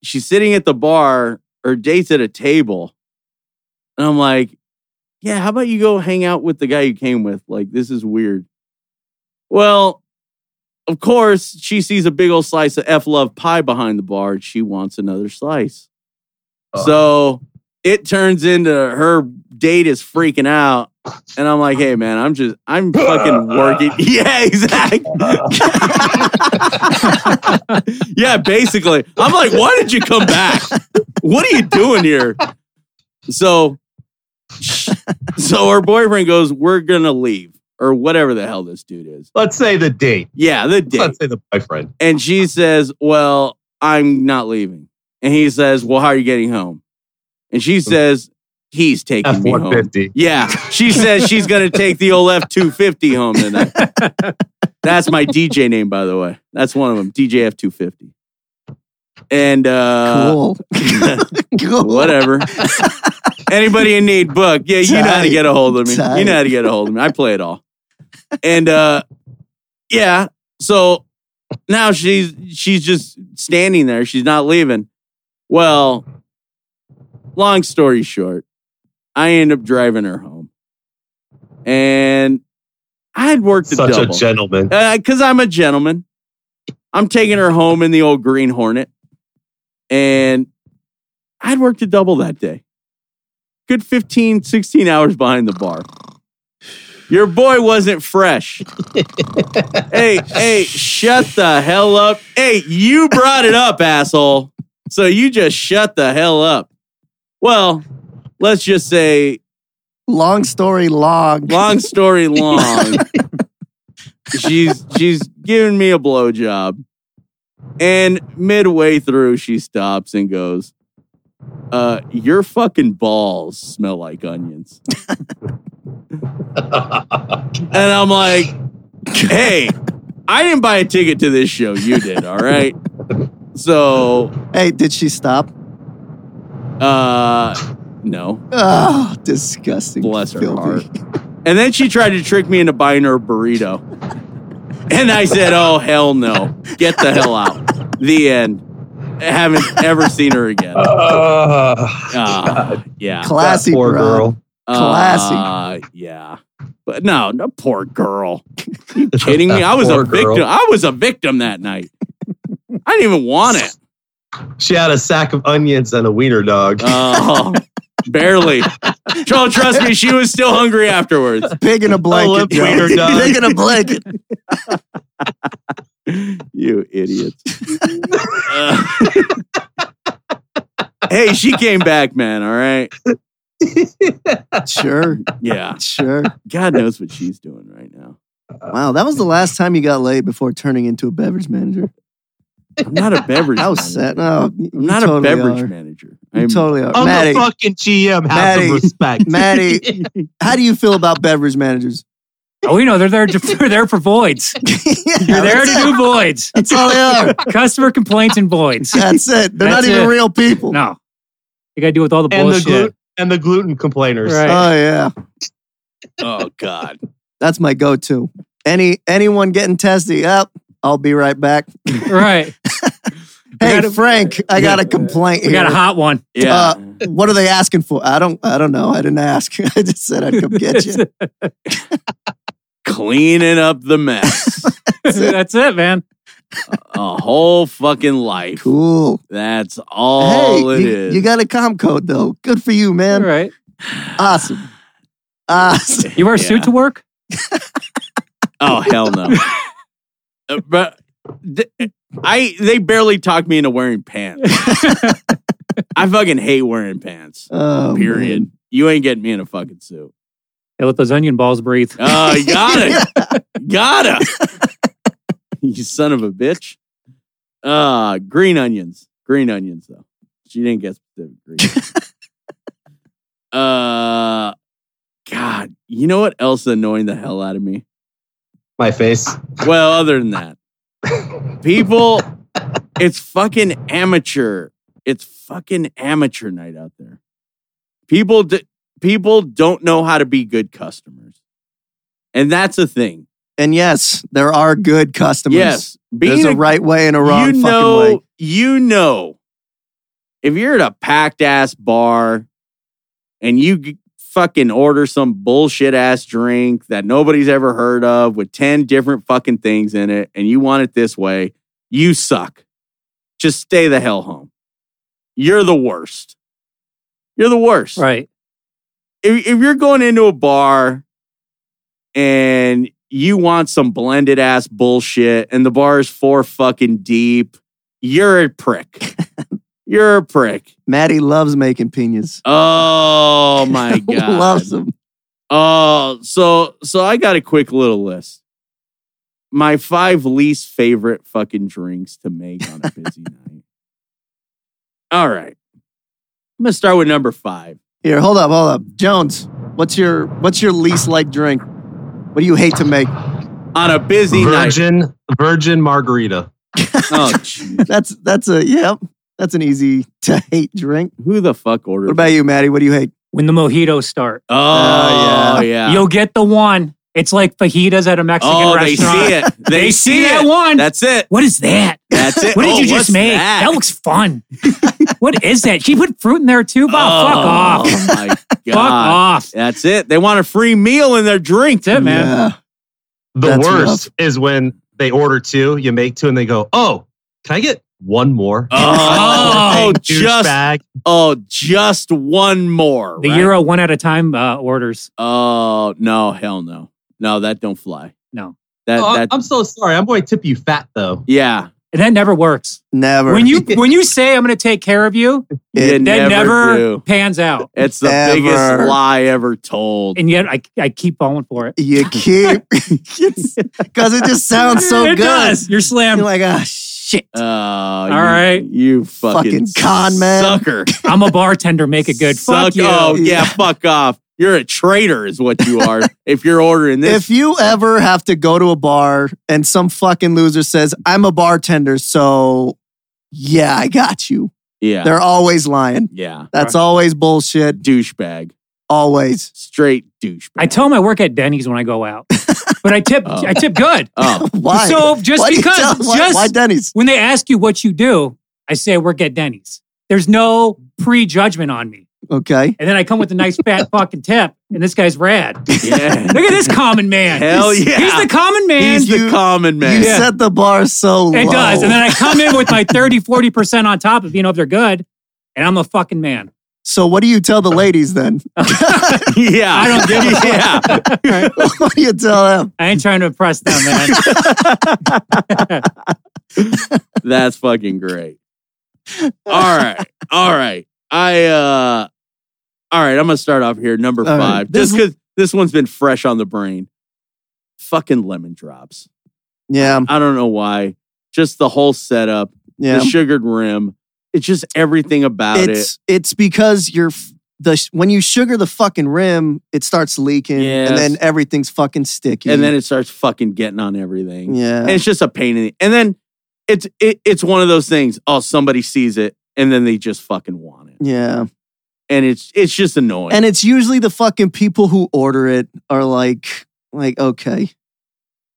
Speaker 2: she's sitting at the bar, her date's at a table. And I'm like, yeah, how about you go hang out with the guy you came with? Like, this is weird. Well, of course, she sees a big old slice of F Love pie behind the bar and she wants another slice.
Speaker 4: Oh.
Speaker 2: So it turns into her date is freaking out. And I'm like, hey, man, I'm just, I'm fucking working. Yeah, exactly. yeah, basically. I'm like, why did you come back? What are you doing here? So, so her boyfriend goes, we're going to leave or whatever the hell this dude is.
Speaker 4: Let's say the date.
Speaker 2: Yeah, the date.
Speaker 4: Let's say the boyfriend.
Speaker 2: And she says, Well, I'm not leaving. And he says, Well, how are you getting home? And she says, He's taking
Speaker 4: F
Speaker 2: me home.
Speaker 4: one fifty.
Speaker 2: Yeah. She says she's going to take the old F 250 home tonight. That's my DJ name, by the way. That's one of them, DJ F 250. And uh,
Speaker 3: cool. cool.
Speaker 2: whatever. Anybody in need, book. Yeah, you know how to
Speaker 3: Tight.
Speaker 2: get a hold of me. You
Speaker 3: Tight.
Speaker 2: know how to get a hold of me. I play it all. And uh yeah, so now she's she's just standing there. She's not leaving. Well, long story short, I end up driving her home. And I'd worked a
Speaker 4: Such a
Speaker 2: double
Speaker 4: gentleman.
Speaker 2: because Uh, I'm a gentleman. I'm taking her home in the old Green Hornet, and I'd worked a double that day. Good 15, 16 hours behind the bar. Your boy wasn't fresh. hey, hey, shut the hell up. Hey, you brought it up, asshole. So you just shut the hell up. Well, let's just say
Speaker 3: Long story long.
Speaker 2: long story long, she's she's giving me a blowjob, and midway through she stops and goes, "Uh, your fucking balls smell like onions," and I'm like, "Hey, I didn't buy a ticket to this show. You did, all right." So,
Speaker 3: Hey, did she stop?
Speaker 2: uh, no.
Speaker 3: Oh, disgusting.
Speaker 2: Bless her
Speaker 3: filthy.
Speaker 2: And then she tried to trick me into buying her a burrito. And I said, Oh, hell no. Get the hell out. The end. I haven't ever seen her again.
Speaker 4: Oh, Ah,
Speaker 2: Uh, yeah.
Speaker 3: Classy,
Speaker 4: that poor
Speaker 3: bro.
Speaker 4: girl.
Speaker 2: Uh, yeah. But no, no, poor girl. You kidding me? I was a
Speaker 4: Poor
Speaker 2: victim.
Speaker 4: girl.
Speaker 2: I was a victim that night. I didn't even want it. Uh,
Speaker 4: She had a sack of onions and a wiener dog.
Speaker 2: Oh, Barely. Joel, trust me, she was still hungry afterwards.
Speaker 3: Pig in a blanket.
Speaker 4: Olympic
Speaker 3: Joe.
Speaker 4: wiener dog.
Speaker 3: Pig in a blanket.
Speaker 2: You idiots. Uh, hey, she came back, man. All right.
Speaker 3: Sure,
Speaker 2: Yeah.
Speaker 3: sure.
Speaker 2: God knows what she's doing right now.
Speaker 3: Wow, that was the last time you got laid before turning into a beverage manager.
Speaker 2: I'm not a beverage.
Speaker 3: How
Speaker 2: manager.
Speaker 3: sad. No, Oh, you
Speaker 2: I'm not
Speaker 3: totally
Speaker 2: a beverage
Speaker 3: are.
Speaker 2: manager.
Speaker 3: You
Speaker 2: I'm,
Speaker 3: totally are.
Speaker 4: I'm
Speaker 3: Maddie,
Speaker 4: the fucking GM. Have
Speaker 3: Maddie.
Speaker 4: some respect.
Speaker 3: Maddie, how do you feel about beverage managers?
Speaker 5: Oh, we know they're there. To, they're there for voids.
Speaker 3: Yeah,
Speaker 5: You're there
Speaker 3: that's
Speaker 5: to
Speaker 3: it.
Speaker 5: do voids.
Speaker 3: That's all they are.
Speaker 5: Customer complaints and voids.
Speaker 3: That's it. They're
Speaker 5: That's
Speaker 3: not even
Speaker 5: it.
Speaker 3: real people.
Speaker 5: No, you got to deal with all the
Speaker 4: and the
Speaker 5: bullshit.
Speaker 4: gluten and the gluten complainers.
Speaker 5: Right.
Speaker 3: Oh yeah,
Speaker 2: Oh God.
Speaker 3: that's my go-to. Any anyone getting testy? Up, I'll be right back.
Speaker 5: right,
Speaker 3: Hey
Speaker 5: gotta-
Speaker 3: Frank, I got a complaint
Speaker 5: we
Speaker 3: here.
Speaker 5: got a hot one.
Speaker 2: Yeah.
Speaker 3: Uh, what are they asking for? I don't. I don't know. I didn't ask. I just said I'd come get you.
Speaker 2: Cleaning up the mess.
Speaker 5: That's it, man.
Speaker 2: a whole fucking life.
Speaker 3: Cool.
Speaker 2: That's all
Speaker 3: hey,
Speaker 2: it is.
Speaker 3: you, you got a com code though. Good for you, man.
Speaker 5: All right.
Speaker 3: Awesome. Awesome.
Speaker 5: You wear a
Speaker 2: Yeah.
Speaker 5: suit to work?
Speaker 2: Oh hell no. Uh, but th- I they barely talked me into wearing pants. I fucking hate wearing pants.
Speaker 3: Oh,
Speaker 2: Period. You ain't getting me in a fucking suit.
Speaker 5: They let those onion balls breathe.
Speaker 2: Oh, you got
Speaker 3: man.
Speaker 2: it. got it. you son of a bitch. Uh green onions. Green onions though. She didn't get specific green. onions. uh God, you know what else annoying the hell out of me?
Speaker 4: My face.
Speaker 2: Well, other than that, people, it's fucking amateur. It's fucking amateur night out there. People, d- people don't know how to be good customers, and that's a thing.
Speaker 3: And yes, there are good customers.
Speaker 2: yes,
Speaker 3: There's a right way and a wrong
Speaker 2: you
Speaker 3: fucking
Speaker 2: know,
Speaker 3: way.
Speaker 2: You know, if you're at a packed ass bar and you g- fucking order some bullshit ass drink that nobody's ever heard of with 10 different fucking things in it and you want it this way, you suck. Just stay the hell home. You're the worst. You're the worst
Speaker 5: Right.
Speaker 2: if, if you're going into a bar and you want some blended ass bullshit and the bar is four fucking deep, you're a prick. you're a prick.
Speaker 3: Maddie loves making pinas.
Speaker 2: Oh my god.
Speaker 3: loves them.
Speaker 2: Oh, so so I got a quick little list. My five least favorite fucking drinks to make on a busy night. All right. I'm gonna start with number five.
Speaker 3: Here, hold up, hold up. Jones, what's your what's your least like drink? What do you hate to make?
Speaker 2: On a busy night.
Speaker 4: Virgin Virgin Margarita.
Speaker 2: Oh, jeez.
Speaker 3: That's that's a yep. That's an easy to hate drink.
Speaker 2: Who the fuck ordered?
Speaker 3: What about you, Maddie? What do you hate?
Speaker 5: When the mojitos start,
Speaker 2: Oh yeah,
Speaker 3: Oh,
Speaker 2: yeah.
Speaker 5: you'll get the one. It's like fajitas at a Mexican
Speaker 2: oh, they
Speaker 5: restaurant.
Speaker 2: see it. They,
Speaker 5: They
Speaker 2: see
Speaker 5: that
Speaker 2: it.
Speaker 5: one.
Speaker 2: That's it.
Speaker 5: what is that?
Speaker 2: That's it.
Speaker 5: What did
Speaker 2: Oh,
Speaker 5: you
Speaker 2: what's
Speaker 5: just make?
Speaker 2: That,
Speaker 5: That? looks fun. what is that? She put fruit in there too. Bob, fuck
Speaker 2: Oh,
Speaker 5: off.
Speaker 2: my
Speaker 5: Fuck
Speaker 2: god.
Speaker 5: off.
Speaker 2: That's it. They want a free meal and their drink.
Speaker 5: That's it, man.
Speaker 3: Yeah.
Speaker 4: The
Speaker 3: That's
Speaker 4: worst is when they order two, you make two, and they go, "Oh, can I get one more?"
Speaker 2: Oh,
Speaker 4: Hey,
Speaker 2: just
Speaker 4: douchebag.
Speaker 2: oh, just one more.
Speaker 5: The
Speaker 2: right?
Speaker 5: Euro one at a time uh, orders.
Speaker 2: Oh no, hell no, no, that don't fly.
Speaker 5: No.
Speaker 2: that
Speaker 4: Oh,
Speaker 2: that
Speaker 4: I'm so sorry. I'm going to tip you fat though.
Speaker 2: yeah.
Speaker 5: And that never works.
Speaker 3: Never.
Speaker 5: When you when you say I'm gonna take care of you,
Speaker 2: You
Speaker 3: It-
Speaker 5: that never,
Speaker 2: do.
Speaker 5: pans out.
Speaker 2: It's the
Speaker 3: Ever.
Speaker 2: biggest lie ever told.
Speaker 5: And yet I I keep falling for it.
Speaker 3: you keep because it just sounds so
Speaker 5: it
Speaker 3: good.
Speaker 5: does. You're slammed.
Speaker 3: You're like, ah, shit.
Speaker 2: Oh, all
Speaker 5: right.
Speaker 2: you fucking,
Speaker 3: Fucking con man.
Speaker 2: sucker.
Speaker 5: I'm a bartender, make it good.
Speaker 2: Suck
Speaker 5: Fuck you.
Speaker 2: Oh, yeah,
Speaker 3: Yeah.
Speaker 2: fuck off. You're a traitor, is what you are. if you're ordering this,
Speaker 3: If you ever have to go to a bar and some fucking loser says, I'm a bartender, so yeah, I got you.
Speaker 2: yeah,
Speaker 3: They're always lying.
Speaker 2: yeah,
Speaker 3: That's always bullshit.
Speaker 2: douchebag,
Speaker 3: Always.
Speaker 2: straight douchebag.
Speaker 5: I tell them I work at Denny's when I go out. But I tip
Speaker 2: Oh.
Speaker 5: I tip good.
Speaker 2: Oh,
Speaker 3: Why?
Speaker 5: So just
Speaker 3: why do you
Speaker 5: because
Speaker 3: tell- why,
Speaker 5: just
Speaker 3: why Denny's?
Speaker 5: when they ask you what you do, I say I work at Denny's. There's no prejudgment on me.
Speaker 3: Okay.
Speaker 5: And then I come with a nice fat fucking tip, and this guy's rad.
Speaker 2: yeah.
Speaker 5: Look at this common man.
Speaker 2: Hell
Speaker 5: He's-
Speaker 2: yeah.
Speaker 5: He's the common man.
Speaker 2: He's the
Speaker 3: You-
Speaker 2: common man.
Speaker 3: You set the bar so low.
Speaker 5: it does. And then I come in with my 30, 40% on top of, you know, if they're good, and I'm a fucking man.
Speaker 3: So what do you tell the ladies then?
Speaker 2: yeah.
Speaker 5: I don't give a fuck.
Speaker 2: Yeah.
Speaker 3: what do you tell them?
Speaker 5: I ain't trying to impress them, man.
Speaker 2: That's fucking great. All right. All right. I uh all right, I'm gonna start off here. Number
Speaker 3: All right.
Speaker 2: five. Just cause this one's been fresh on the brain. Fucking lemon drops.
Speaker 3: Yeah,
Speaker 2: I don't know why. Just the whole setup,
Speaker 3: yeah.
Speaker 2: the sugared rim. It's just everything about
Speaker 3: It's it's because you're f- the sh- when you sugar the fucking rim, it starts leaking,
Speaker 2: Yes.
Speaker 3: and then everything's fucking sticky.
Speaker 2: it. And then it starts fucking getting on everything.
Speaker 3: yeah,
Speaker 2: And it's just a pain in the and then it's it, it's one of those things. Oh, somebody sees it and then they just fucking want it.
Speaker 3: yeah.
Speaker 2: And it's it's just annoying.
Speaker 3: And it's usually the fucking people who order it are like like okay,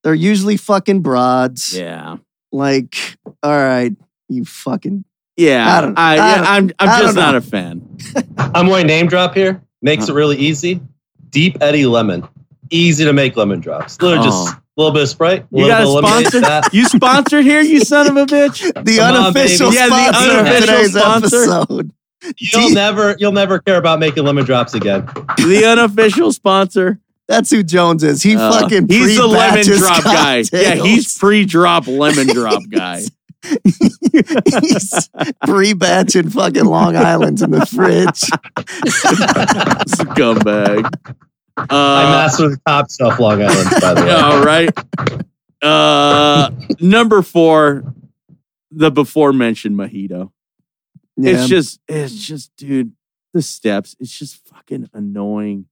Speaker 3: they're usually fucking broads.
Speaker 2: yeah.
Speaker 3: Like all right, you fucking
Speaker 2: Yeah, I
Speaker 3: I don't-
Speaker 2: I,
Speaker 3: I don't-
Speaker 2: am I'm
Speaker 3: I
Speaker 2: just
Speaker 3: don't
Speaker 2: not a fan.
Speaker 4: I'm going to name drop here. Makes it
Speaker 2: Uh.
Speaker 4: really easy. Deep Eddy Lemon. Easy to make lemon drops. Literally just
Speaker 2: Oh.
Speaker 4: a little bit of Sprite. a
Speaker 2: You
Speaker 4: little
Speaker 2: got
Speaker 4: bit of
Speaker 2: a
Speaker 4: lemonade,
Speaker 2: sponsor?
Speaker 4: that.
Speaker 2: You sponsored here, you son of a bitch.
Speaker 3: the
Speaker 4: Come on,
Speaker 3: unofficial
Speaker 4: baby.
Speaker 2: Yeah, the
Speaker 3: sponsor
Speaker 2: unofficial
Speaker 3: of today's
Speaker 2: sponsor.
Speaker 3: episode.
Speaker 4: You'll never, you'll never care about making lemon drops again.
Speaker 2: The unofficial sponsor.
Speaker 3: That's who Jones is. He
Speaker 2: Uh,
Speaker 3: fucking
Speaker 2: he's the lemon
Speaker 3: pre-batches
Speaker 2: drop guy. Yeah,
Speaker 3: cocktails.
Speaker 2: he's pre-drop lemon drop guy.
Speaker 3: he's pre-batching fucking Long Islands in the fridge.
Speaker 2: Scumbag. Uh,
Speaker 4: I mastered the top stuff Long Island, by the way.
Speaker 2: yeah, all right. Uh, number four, the before mentioned mojito.
Speaker 3: Yeah.
Speaker 2: It's just, it's just, dude, the steps. It's just fucking annoying.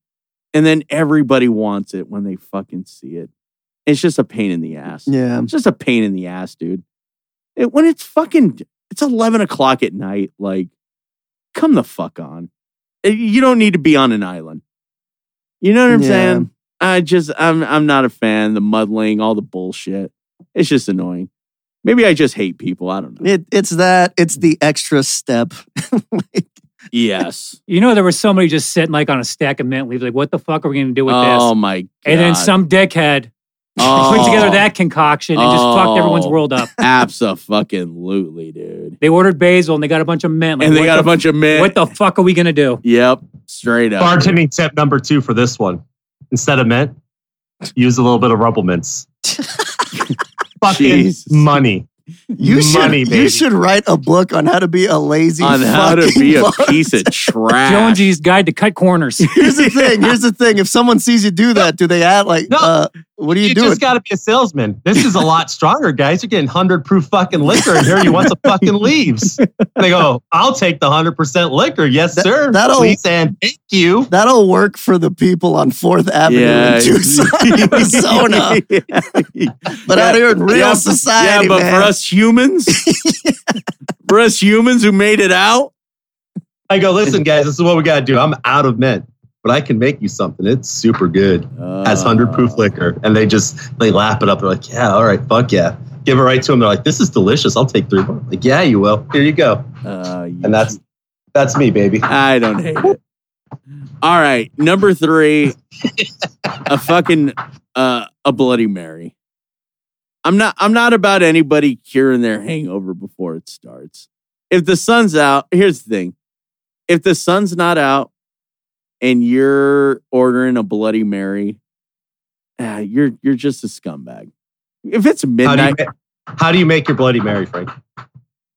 Speaker 2: And then everybody wants it when they fucking see it. It's just a pain in the ass.
Speaker 3: yeah.
Speaker 2: It's just a pain in the ass, dude. It, when it's fucking, it's 11 o'clock at night. Like, come the fuck on. Uh, You don't need to be on an island. You know what I'm
Speaker 3: Yeah.
Speaker 2: saying? I just, I'm, I'm not a fan. The muddling, all the bullshit. It's just annoying. Maybe I just hate people. I don't know.
Speaker 3: It, it's that. It's the extra step. Like,
Speaker 2: Yes.
Speaker 5: You know, there was somebody just sitting like on a stack of mint leaves, like, what the fuck are we going to do with
Speaker 2: oh
Speaker 5: this?
Speaker 2: my god.
Speaker 5: And then some dickhead
Speaker 2: oh,
Speaker 5: put together that concoction and just fucked everyone's
Speaker 2: Oh.
Speaker 5: world up.
Speaker 2: Absolutely, dude.
Speaker 5: They ordered basil and they got a bunch of mint. Like,
Speaker 2: And they
Speaker 5: what
Speaker 2: got
Speaker 5: the
Speaker 2: a bunch of men.
Speaker 5: What the fuck are we gonna do?
Speaker 2: Yep. Straight up.
Speaker 4: Bartending tip number two for this one: instead of mint, use a little bit of rumble mints. Fucking
Speaker 2: Jesus.
Speaker 4: money.
Speaker 3: you should
Speaker 4: Money,
Speaker 3: you
Speaker 4: baby.
Speaker 3: should write a book on how to be a lazy
Speaker 2: on how to
Speaker 3: fucking
Speaker 2: be a
Speaker 3: bum.
Speaker 2: piece of trash.
Speaker 5: Jonesy's guide to cut corners.
Speaker 3: Here's the thing. Here's the thing. If someone sees you do that, do they act like,
Speaker 4: No.
Speaker 3: uh, "What are you,
Speaker 4: You
Speaker 3: doing?"
Speaker 4: just got to be a salesman. This is a lot stronger, guys. You're getting hundred proof fucking liquor, and here you want some fucking leaves. And they go, "I'll take the hundred percent liquor, yes,
Speaker 3: That-
Speaker 4: sir.
Speaker 3: that'll-
Speaker 4: Please and thank you."
Speaker 3: That'll work for the people on Fourth Avenue
Speaker 2: Yeah.
Speaker 3: in Tucson, Arizona.
Speaker 2: Yeah.
Speaker 3: But out here in real
Speaker 2: Yeah,
Speaker 3: society,
Speaker 2: yeah, but
Speaker 3: man.
Speaker 2: for us humans, for us humans who made it out,
Speaker 4: I go, "Listen, guys, this is what we got to do. I'm out of mint, but I can make you something. It's super good." has
Speaker 2: Ah.
Speaker 4: 100 proof liquor and they just they lap it up they're like yeah all right fuck yeah give it right to them they're like this is delicious i'll take three more like yeah you will here you go
Speaker 2: Uh, you-
Speaker 4: and that's that's me baby
Speaker 2: I don't hate it. All right, number three, a fucking uh, a Bloody Mary. I'm not. I'm not about anybody curing their hangover before it starts. If the sun's out, here's the thing: if the sun's not out and you're ordering a Bloody Mary, ah, you're you're just a scumbag. If it's
Speaker 4: how do, you,
Speaker 2: midnight,
Speaker 4: ma- how do you make your bloody mary frank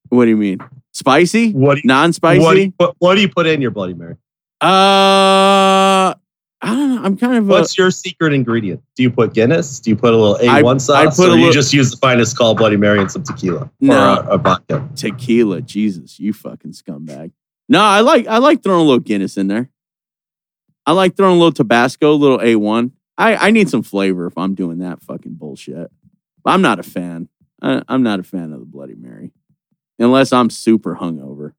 Speaker 2: what do you mean? Spicy?
Speaker 4: what do you,
Speaker 2: Non-spicy?
Speaker 4: What, do you put, what do you put in your bloody mary
Speaker 2: uh, I don't know. I'm kind of. a-
Speaker 4: what's your secret ingredient do you put guinness do you put a little a1 sauce
Speaker 2: I put a
Speaker 4: or do you
Speaker 2: little-
Speaker 4: just use the finest call bloody mary and some tequila
Speaker 2: No.
Speaker 4: or a, a vodka
Speaker 2: tequila. Jesus, you fucking scumbag. No, I like I like throwing a little Guinness in there. I like throwing a little Tabasco, a little A1. I, I need some flavor if I'm doing that fucking bullshit. I'm not a fan. I, I'm not a fan of the Bloody Mary. Unless I'm super hungover.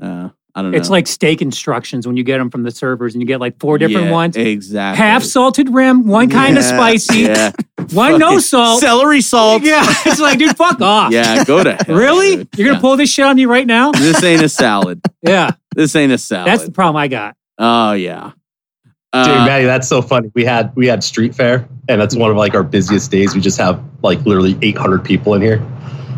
Speaker 2: Uh, I don't know.
Speaker 5: It's like steak instructions when you get them from the servers and you get like four different
Speaker 2: Yeah,
Speaker 5: ones.
Speaker 2: Exactly.
Speaker 5: Half salted rim, one kind of
Speaker 3: Yeah,
Speaker 5: spicy,
Speaker 2: Yeah.
Speaker 5: one no
Speaker 2: Fucking
Speaker 5: salt.
Speaker 2: Celery salt.
Speaker 5: Yeah, it's like, dude, fuck off.
Speaker 2: Yeah, go to hell,
Speaker 5: Really?
Speaker 2: dude.
Speaker 5: You're gonna pull this shit on me right now?
Speaker 2: Yeah. This ain't a salad.
Speaker 5: Yeah,
Speaker 2: This ain't a salad.
Speaker 5: that's the problem I got.
Speaker 2: Oh yeah.
Speaker 4: Dude,
Speaker 2: Uh,
Speaker 4: Maddie, that's so funny. We had we had street fair, and that's one of like our busiest days. We just have like literally 800 people in here,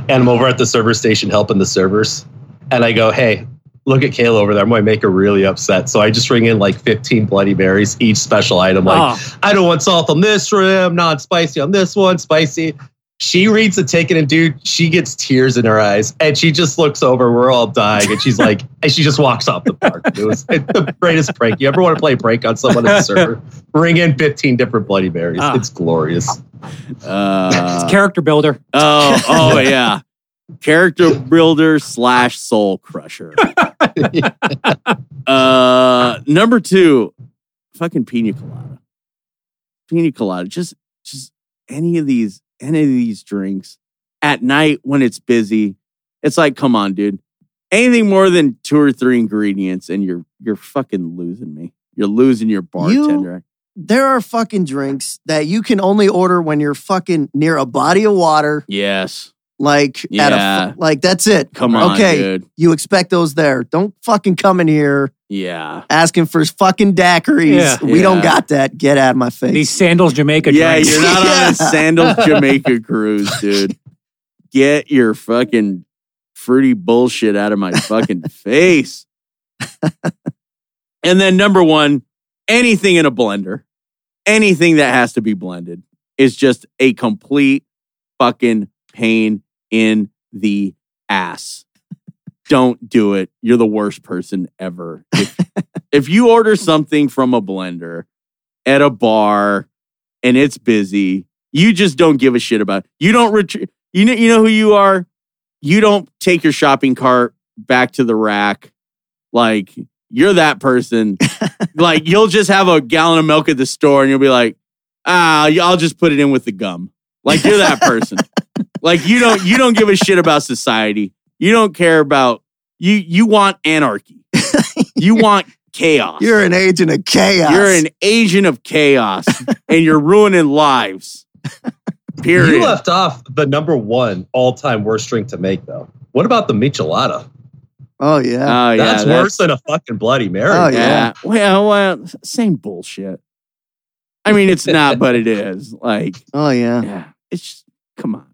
Speaker 4: and I'm over at the server station helping the servers, and I go, "Hey, look at Kayla over there. I'm going to make her really upset. So I just ring in like 15 Bloody Marys, each special item. Like,
Speaker 5: Oh.
Speaker 4: I don't want salt on this rim, non spicy on this one, spicy. She reads the ticket and dude, she gets tears in her eyes and she just looks over. We're all dying. And she's like, and she just walks off the park. It was it's the greatest prank. You ever want to play a prank on someone at a server? Ring in 15 different Bloody Marys.
Speaker 5: Ah.
Speaker 4: It's glorious.
Speaker 2: Uh,
Speaker 5: Character builder.
Speaker 2: oh, oh yeah. Character builder slash soul crusher. uh, number two, fucking pina colada. Pina colada. Just, just any of these, any of these drinks at night when it's busy. It's like, come on, dude. Anything more than two or three ingredients, and you're you're fucking losing me. You're losing your bartender.
Speaker 3: There are fucking drinks that you can only order when you're fucking near a body of water.
Speaker 2: yes.
Speaker 3: Like at a
Speaker 2: Yeah.
Speaker 3: fu- like that's it.
Speaker 2: Come on,
Speaker 3: Okay.
Speaker 2: dude.
Speaker 3: You expect those there. Don't fucking come in here
Speaker 2: Yeah.
Speaker 3: asking for fucking daiquiris.
Speaker 5: Yeah.
Speaker 3: we don't
Speaker 2: Yeah.
Speaker 3: got that. Get out of my face.
Speaker 5: These sandals Jamaica
Speaker 2: yeah,
Speaker 5: drinks.
Speaker 2: you're not on
Speaker 3: Yeah.
Speaker 2: a sandals Jamaica cruise, dude. Get your fucking fruity bullshit out of my fucking face. and then number one, anything in a blender, anything that has to be blended is just a complete fucking pain in the ass. Don't do it. You're the worst person ever. If, if you order something from a blender at a bar and it's busy, you just don't give a shit about. It. You don't retreat. You know, you know who you are. You don't take your shopping cart back to the rack. Like you're that person. like you'll just have a gallon of milk at the store and you'll be like, ah, I'll just put it in with the gum. Like you're that person. like you don't you don't give a shit about society. You don't care about you. You want anarchy. you want chaos.
Speaker 3: You're an agent of chaos.
Speaker 2: You're an agent of chaos and you're ruining lives. Period.
Speaker 4: You uh, left off the number one all time worst drink to make, though. What about the michelada?
Speaker 3: oh yeah.
Speaker 2: oh, yeah,
Speaker 4: that's, worse than a fucking Bloody Mary.
Speaker 3: Oh,
Speaker 2: Yeah.
Speaker 3: Yeah.
Speaker 2: Well, well, same bullshit. I mean, it's not, but it is. Like,
Speaker 3: oh yeah.
Speaker 2: yeah, it's just, come on.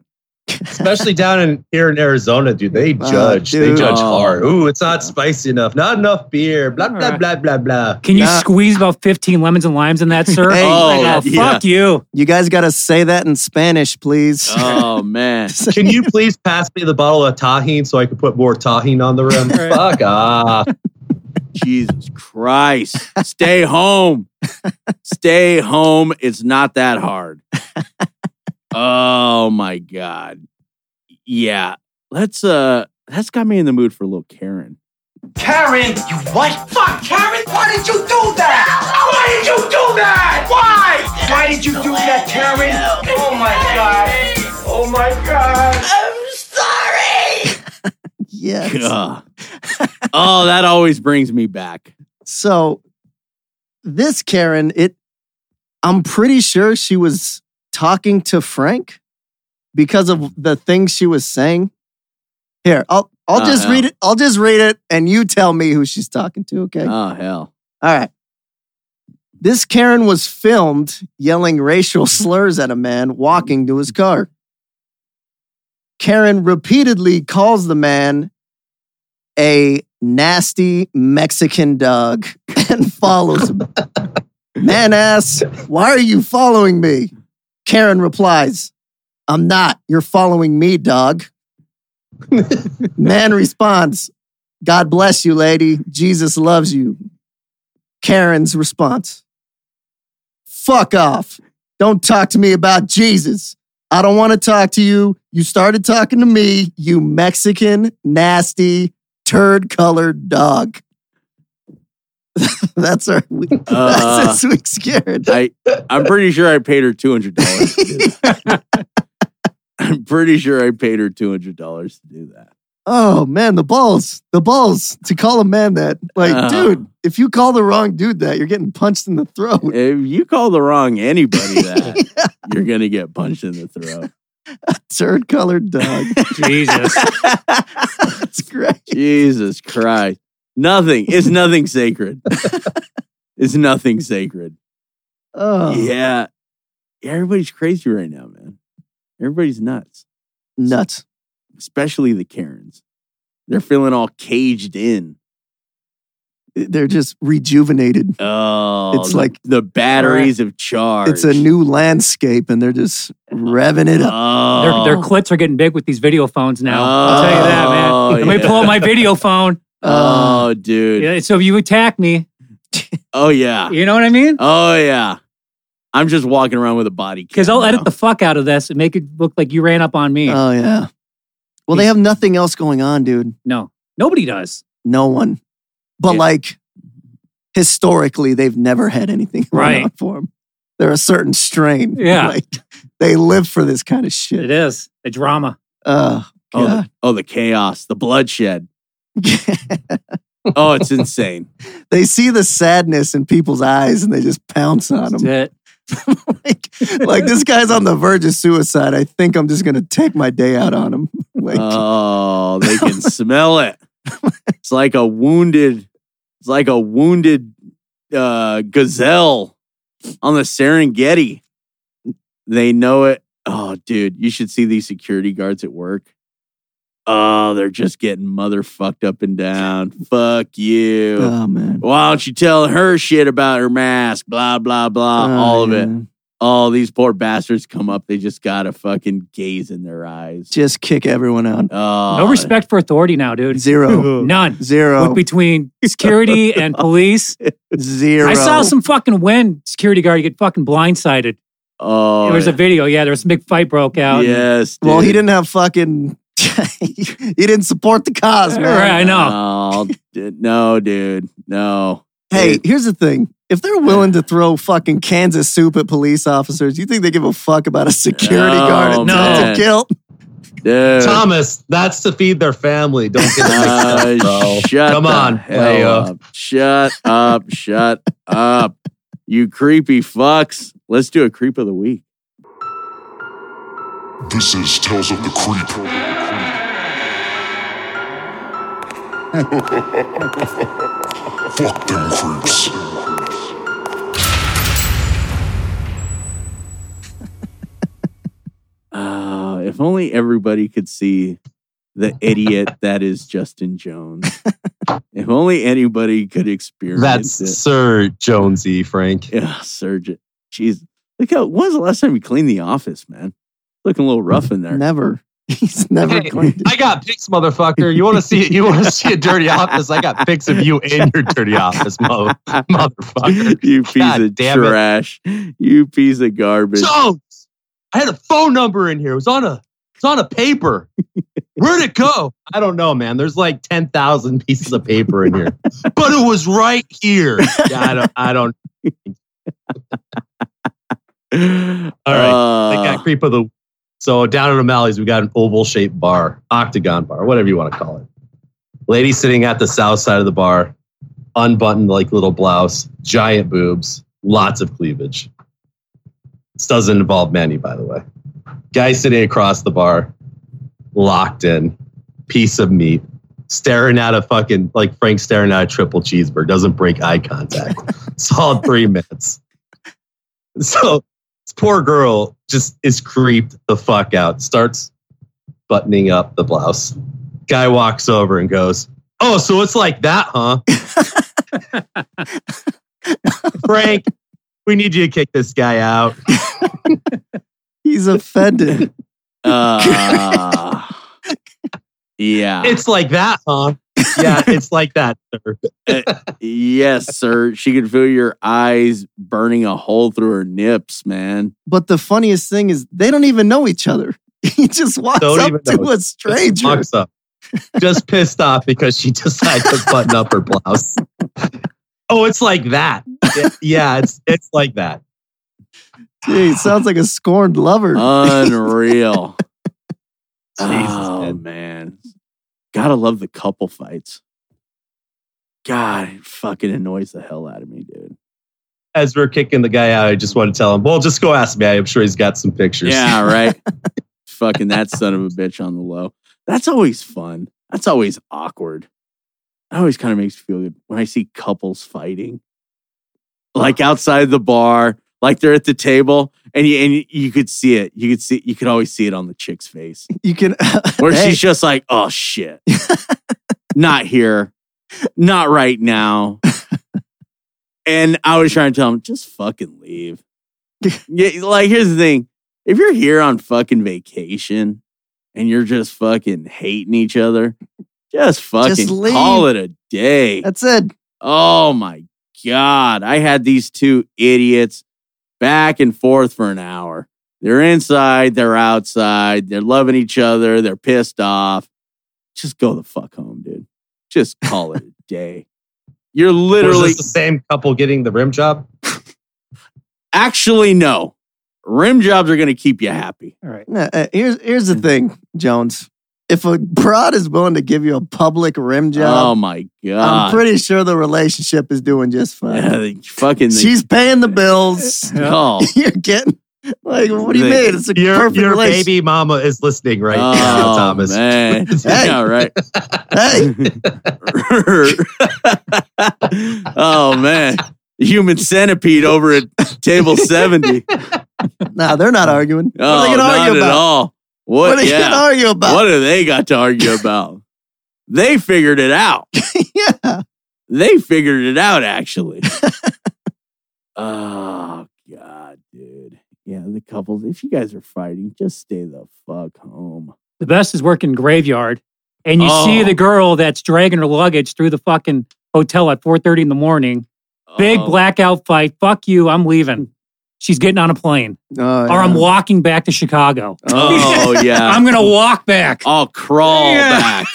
Speaker 4: Especially down in here in Arizona, dude. They
Speaker 3: Oh,
Speaker 4: judge.
Speaker 3: dude.
Speaker 4: They judge
Speaker 2: Oh.
Speaker 4: hard. Ooh, it's not spicy enough. Not enough beer. Blah blah blah blah blah.
Speaker 5: Can you
Speaker 3: Nah.
Speaker 5: squeeze about 15 lemons and limes in that, sir?
Speaker 3: Hey.
Speaker 2: Oh,
Speaker 5: Like,
Speaker 2: yeah.
Speaker 5: fuck you.
Speaker 3: You guys gotta say that in Spanish, please.
Speaker 2: Oh, man.
Speaker 4: Can you please pass me the bottle of tahine so I can put more tahine on the rim?
Speaker 5: Right.
Speaker 4: Fuck ah.
Speaker 2: Jesus Christ. Stay home. Stay home. It's not that hard. Oh my God. Yeah. Let's uh that's got me in the mood for a little Karen.
Speaker 6: Karen, you what? Fuck, Karen! Why did you do that? Why did you do that? Why? Why did you do that, Karen? Oh my god. Oh my god. I'm sorry!
Speaker 3: yes.
Speaker 2: Gah. oh, that always brings me back.
Speaker 3: So this Karen, it I'm pretty sure she was talking to Frank because of the things she was saying. Here, I'll I'll
Speaker 2: Oh,
Speaker 3: just
Speaker 2: hell.
Speaker 3: read it. I'll just read it and you tell me who she's talking to, okay?
Speaker 2: Oh hell.
Speaker 3: All right. This Karen was filmed yelling racial slurs at a man walking to his car. Karen repeatedly calls the man a nasty Mexican dog and follows him. Man asks, Why are you following me? Karen replies, I'm not. You're following me, dog. man responds, God bless you, lady. Jesus loves you. Karen's response Fuck off. Don't talk to me about Jesus. I don't want to talk to you. You started talking to me, you Mexican, nasty, turd colored dog. that's our week.
Speaker 2: Uh.
Speaker 3: that's this week's Karen.
Speaker 2: I I'm pretty sure I paid her two hundred dollars to do that. I'm pretty sure I paid her two hundred dollars to do that.
Speaker 3: Oh man, the balls, the balls to call a man that. Like,
Speaker 2: Uh.
Speaker 3: dude, if you call the wrong dude that, you're getting punched in the throat.
Speaker 2: If you call the wrong anybody that, you're gonna get punched in the throat.
Speaker 3: Turd colored dog.
Speaker 5: Jesus.
Speaker 3: that's great.
Speaker 2: Jesus Christ. Nothing. It's nothing sacred. it's nothing sacred.
Speaker 3: Oh,
Speaker 2: Yeah. Everybody's crazy right now, man. Everybody's nuts.
Speaker 3: nuts.
Speaker 2: Especially the Karens. They're feeling all caged in.
Speaker 3: They're just rejuvenated.
Speaker 2: Oh,
Speaker 3: It's
Speaker 2: the-
Speaker 3: like-
Speaker 2: the batteries of charge.
Speaker 3: It's a new landscape, and they're just revving it up.
Speaker 2: Oh,
Speaker 5: Their, their clips are getting big with these video phones now. I'll tell you that, man.
Speaker 2: Oh,
Speaker 5: Let me
Speaker 2: yeah.
Speaker 5: pull out my video phone.
Speaker 2: Oh, dude.
Speaker 5: Yeah, So you attack me.
Speaker 2: Oh yeah.
Speaker 5: You know what I mean?
Speaker 2: Oh yeah. I'm just walking around with a body
Speaker 5: Because I'll
Speaker 2: now.
Speaker 5: edit the fuck out of this and make it look like you ran up on me.
Speaker 2: Uh.
Speaker 3: Oh yeah. Well, they have nothing else going on, dude.
Speaker 5: no, nobody does.
Speaker 3: No one. But
Speaker 2: Yeah.
Speaker 3: like historically, they've never had anything going
Speaker 5: Right.
Speaker 3: on for them. They're a certain strain.
Speaker 5: Yeah.
Speaker 3: like they live for this kind of
Speaker 5: It
Speaker 3: shit.
Speaker 5: is the drama.
Speaker 3: Oh
Speaker 2: Oh,
Speaker 3: god.
Speaker 2: the, oh, the chaos, the bloodshed. Oh, it's insane.
Speaker 3: they see the sadness in people's eyes and they just pounce on
Speaker 5: That's
Speaker 3: them.
Speaker 5: it.
Speaker 3: like, like, this guy's on the verge of suicide. I think I'm just gonna take my day out on him. like
Speaker 2: Oh, they can smell it. It's like a wounded, it's like a wounded uh, gazelle on the Serengeti. They know it. Oh, dude, you should see these security guards at work. Oh, they're just getting motherfucked up and down. Fuck you.
Speaker 3: oh man.
Speaker 2: Why don't you tell her shit about her mask? Blah, blah, blah.
Speaker 3: Oh,
Speaker 2: all of it. All these poor bastards come up. They just got a fucking gaze in their eyes.
Speaker 3: Just kick everyone out.
Speaker 2: Oh,
Speaker 5: No respect for authority now, dude.
Speaker 3: Zero.
Speaker 5: None.
Speaker 3: Zero.
Speaker 5: With- Between security and police,
Speaker 3: Zero.
Speaker 5: I saw some fucking wind security guard get fucking blindsided.
Speaker 2: Oh,
Speaker 5: there was a video. Yeah, there was a big fight broke out.
Speaker 2: Yes. Dude.
Speaker 3: Well, he didn't have fucking. he didn't support the cause, man.
Speaker 5: Right, I know.
Speaker 2: Oh, dude, no, dude, no.
Speaker 3: Hey, here's the thing. If they're willing to throw fucking Kansas soup at police officers, you think they give a fuck about a security
Speaker 2: No,
Speaker 3: guard and
Speaker 2: man.
Speaker 3: to kill?
Speaker 2: dude.
Speaker 4: Thomas, that's to feed their family. Don't get
Speaker 2: Uh,
Speaker 4: upset, bro.
Speaker 2: shut
Speaker 4: Come
Speaker 2: the
Speaker 4: on,
Speaker 2: hell
Speaker 4: play uh,
Speaker 2: up. Shut up, shut up, you creepy fucks. Let's do a creep of the week.
Speaker 7: This is Tales of the Creep. Fuck them creeps.
Speaker 2: Uh, if only everybody could see the idiot that is Justin Jones. if only anybody could experience
Speaker 4: That's
Speaker 2: it.
Speaker 4: Sir Jonesy, Frank.
Speaker 2: Yeah, surgeon. Jeez. Look how when was the last time you cleaned the office, man? Looking a little rough in there.
Speaker 3: Never. He's never
Speaker 4: Hey,
Speaker 3: going to.
Speaker 4: I got pics, motherfucker. You want to see you want to see a dirty office? I got pics of you in your dirty office, mo- motherfucker.
Speaker 2: you piece
Speaker 4: God
Speaker 2: of
Speaker 4: damn it.
Speaker 2: trash. You piece of garbage.
Speaker 4: Jones, I had a phone number in here. It was on a it's on a paper. Where'd it go? I don't know, man. There's like ten thousand pieces of paper in here, but it was right here. Yeah, I don't. I don't. All
Speaker 2: right.
Speaker 4: I got creep of the. So down at O'Malley's, we got an oval shaped bar, octagon bar, whatever you want to call it. Lady sitting at the south side of the bar, unbuttoned like little blouse, giant boobs, lots of cleavage. This doesn't involve Manny, by the way. Guy sitting across the bar, locked in, piece of meat, staring at a fucking like Frank staring at a triple cheeseburger, doesn't break eye contact. Solid three minutes. So this poor girl just is creeped the fuck out. Starts buttoning up the blouse. Guy walks over and goes, "Oh, so it's like that, huh?" Frank, we need you to kick this guy out.
Speaker 3: He's offended.
Speaker 2: Uh, yeah.
Speaker 4: It's like that, huh? Yeah, it's like that, sir.
Speaker 2: yes, sir. She could feel your eyes burning a hole through her nips, man.
Speaker 3: But the funniest thing is they don't even know each other. He just walks
Speaker 4: Don't even
Speaker 3: up to
Speaker 4: know.
Speaker 3: a stranger.
Speaker 4: Walks up, just pissed off because she decided to button up her blouse. Oh, it's like that. Yeah, it's it's like that.
Speaker 3: Dude, sounds like a scorned lover.
Speaker 2: Unreal. oh
Speaker 4: man.
Speaker 2: man, gotta love the couple fights. God, it fucking annoys the hell out of me, dude.
Speaker 4: as we're kicking the guy out, I just want to tell him, well, just go ask me. I'm sure he's got some pictures.
Speaker 2: Yeah, right. fucking that son of a bitch on the low. That's always fun. That's always awkward. That always kind of makes me feel good when I see couples fighting, like outside the bar, like they're at the table, and you and you could see it. You could see. You could always see it on the chick's face.
Speaker 3: You can.
Speaker 2: Where
Speaker 3: Hey,
Speaker 2: she's just like, oh shit. Not here. not right now. and I was trying to tell him, just fucking leave. yeah, like here's the thing. If you're here on fucking vacation and you're just fucking hating each other, just fucking
Speaker 3: leave.
Speaker 2: call it a day.
Speaker 3: That's it.
Speaker 2: Oh my God. I had these two idiots back and forth for an hour. They're inside, they're outside, they're loving each other, they're pissed off. Just go the fuck home, dude. Just call it a day. You're
Speaker 4: Was
Speaker 2: literally,
Speaker 4: this the same couple getting the rim job?
Speaker 2: actually, no. Rim jobs are going to keep you happy.
Speaker 5: All right.
Speaker 3: No, uh, here's here's the thing, Jones. If a broad is willing to give you a public rim
Speaker 2: Oh
Speaker 3: job,
Speaker 2: my
Speaker 3: I'm
Speaker 2: God.
Speaker 3: pretty sure the relationship is doing just fine.
Speaker 2: Uh, Yeah, they fucking,
Speaker 3: She's paying the bills.
Speaker 2: oh,
Speaker 3: you're getting like, what do you
Speaker 2: They-
Speaker 3: mean? It's a
Speaker 4: Your
Speaker 3: perfect
Speaker 4: your
Speaker 3: relation-
Speaker 4: baby mama is listening right
Speaker 2: oh,
Speaker 4: now, Thomas.
Speaker 2: Man. Yeah, right.
Speaker 3: Hey,
Speaker 2: oh man, human centipede over at table seventy. Oh,
Speaker 3: nah, they're not arguing. What are they gonna
Speaker 2: not
Speaker 3: argue
Speaker 2: at
Speaker 3: about?
Speaker 2: all. What?
Speaker 3: What are they
Speaker 2: yeah.
Speaker 3: gonna argue about?
Speaker 2: what do they got to argue about? they figured it out.
Speaker 3: yeah,
Speaker 2: They figured it out. Actually. oh god, dude. Yeah, the couples. If you guys are fighting, just stay the fuck home.
Speaker 5: The best is working graveyard, and you see
Speaker 2: Oh.
Speaker 5: the girl that's dragging her luggage through the fucking hotel at 4:30 in the morning. Big
Speaker 2: Oh,
Speaker 5: blackout fight. Fuck you. I'm leaving. She's getting on a plane,
Speaker 3: Oh,
Speaker 5: or I'm
Speaker 3: yeah. Ah.
Speaker 5: walking back to Chicago.
Speaker 2: Oh yeah.
Speaker 5: I'm gonna walk back.
Speaker 2: I'll crawl
Speaker 5: Yeah.
Speaker 2: back.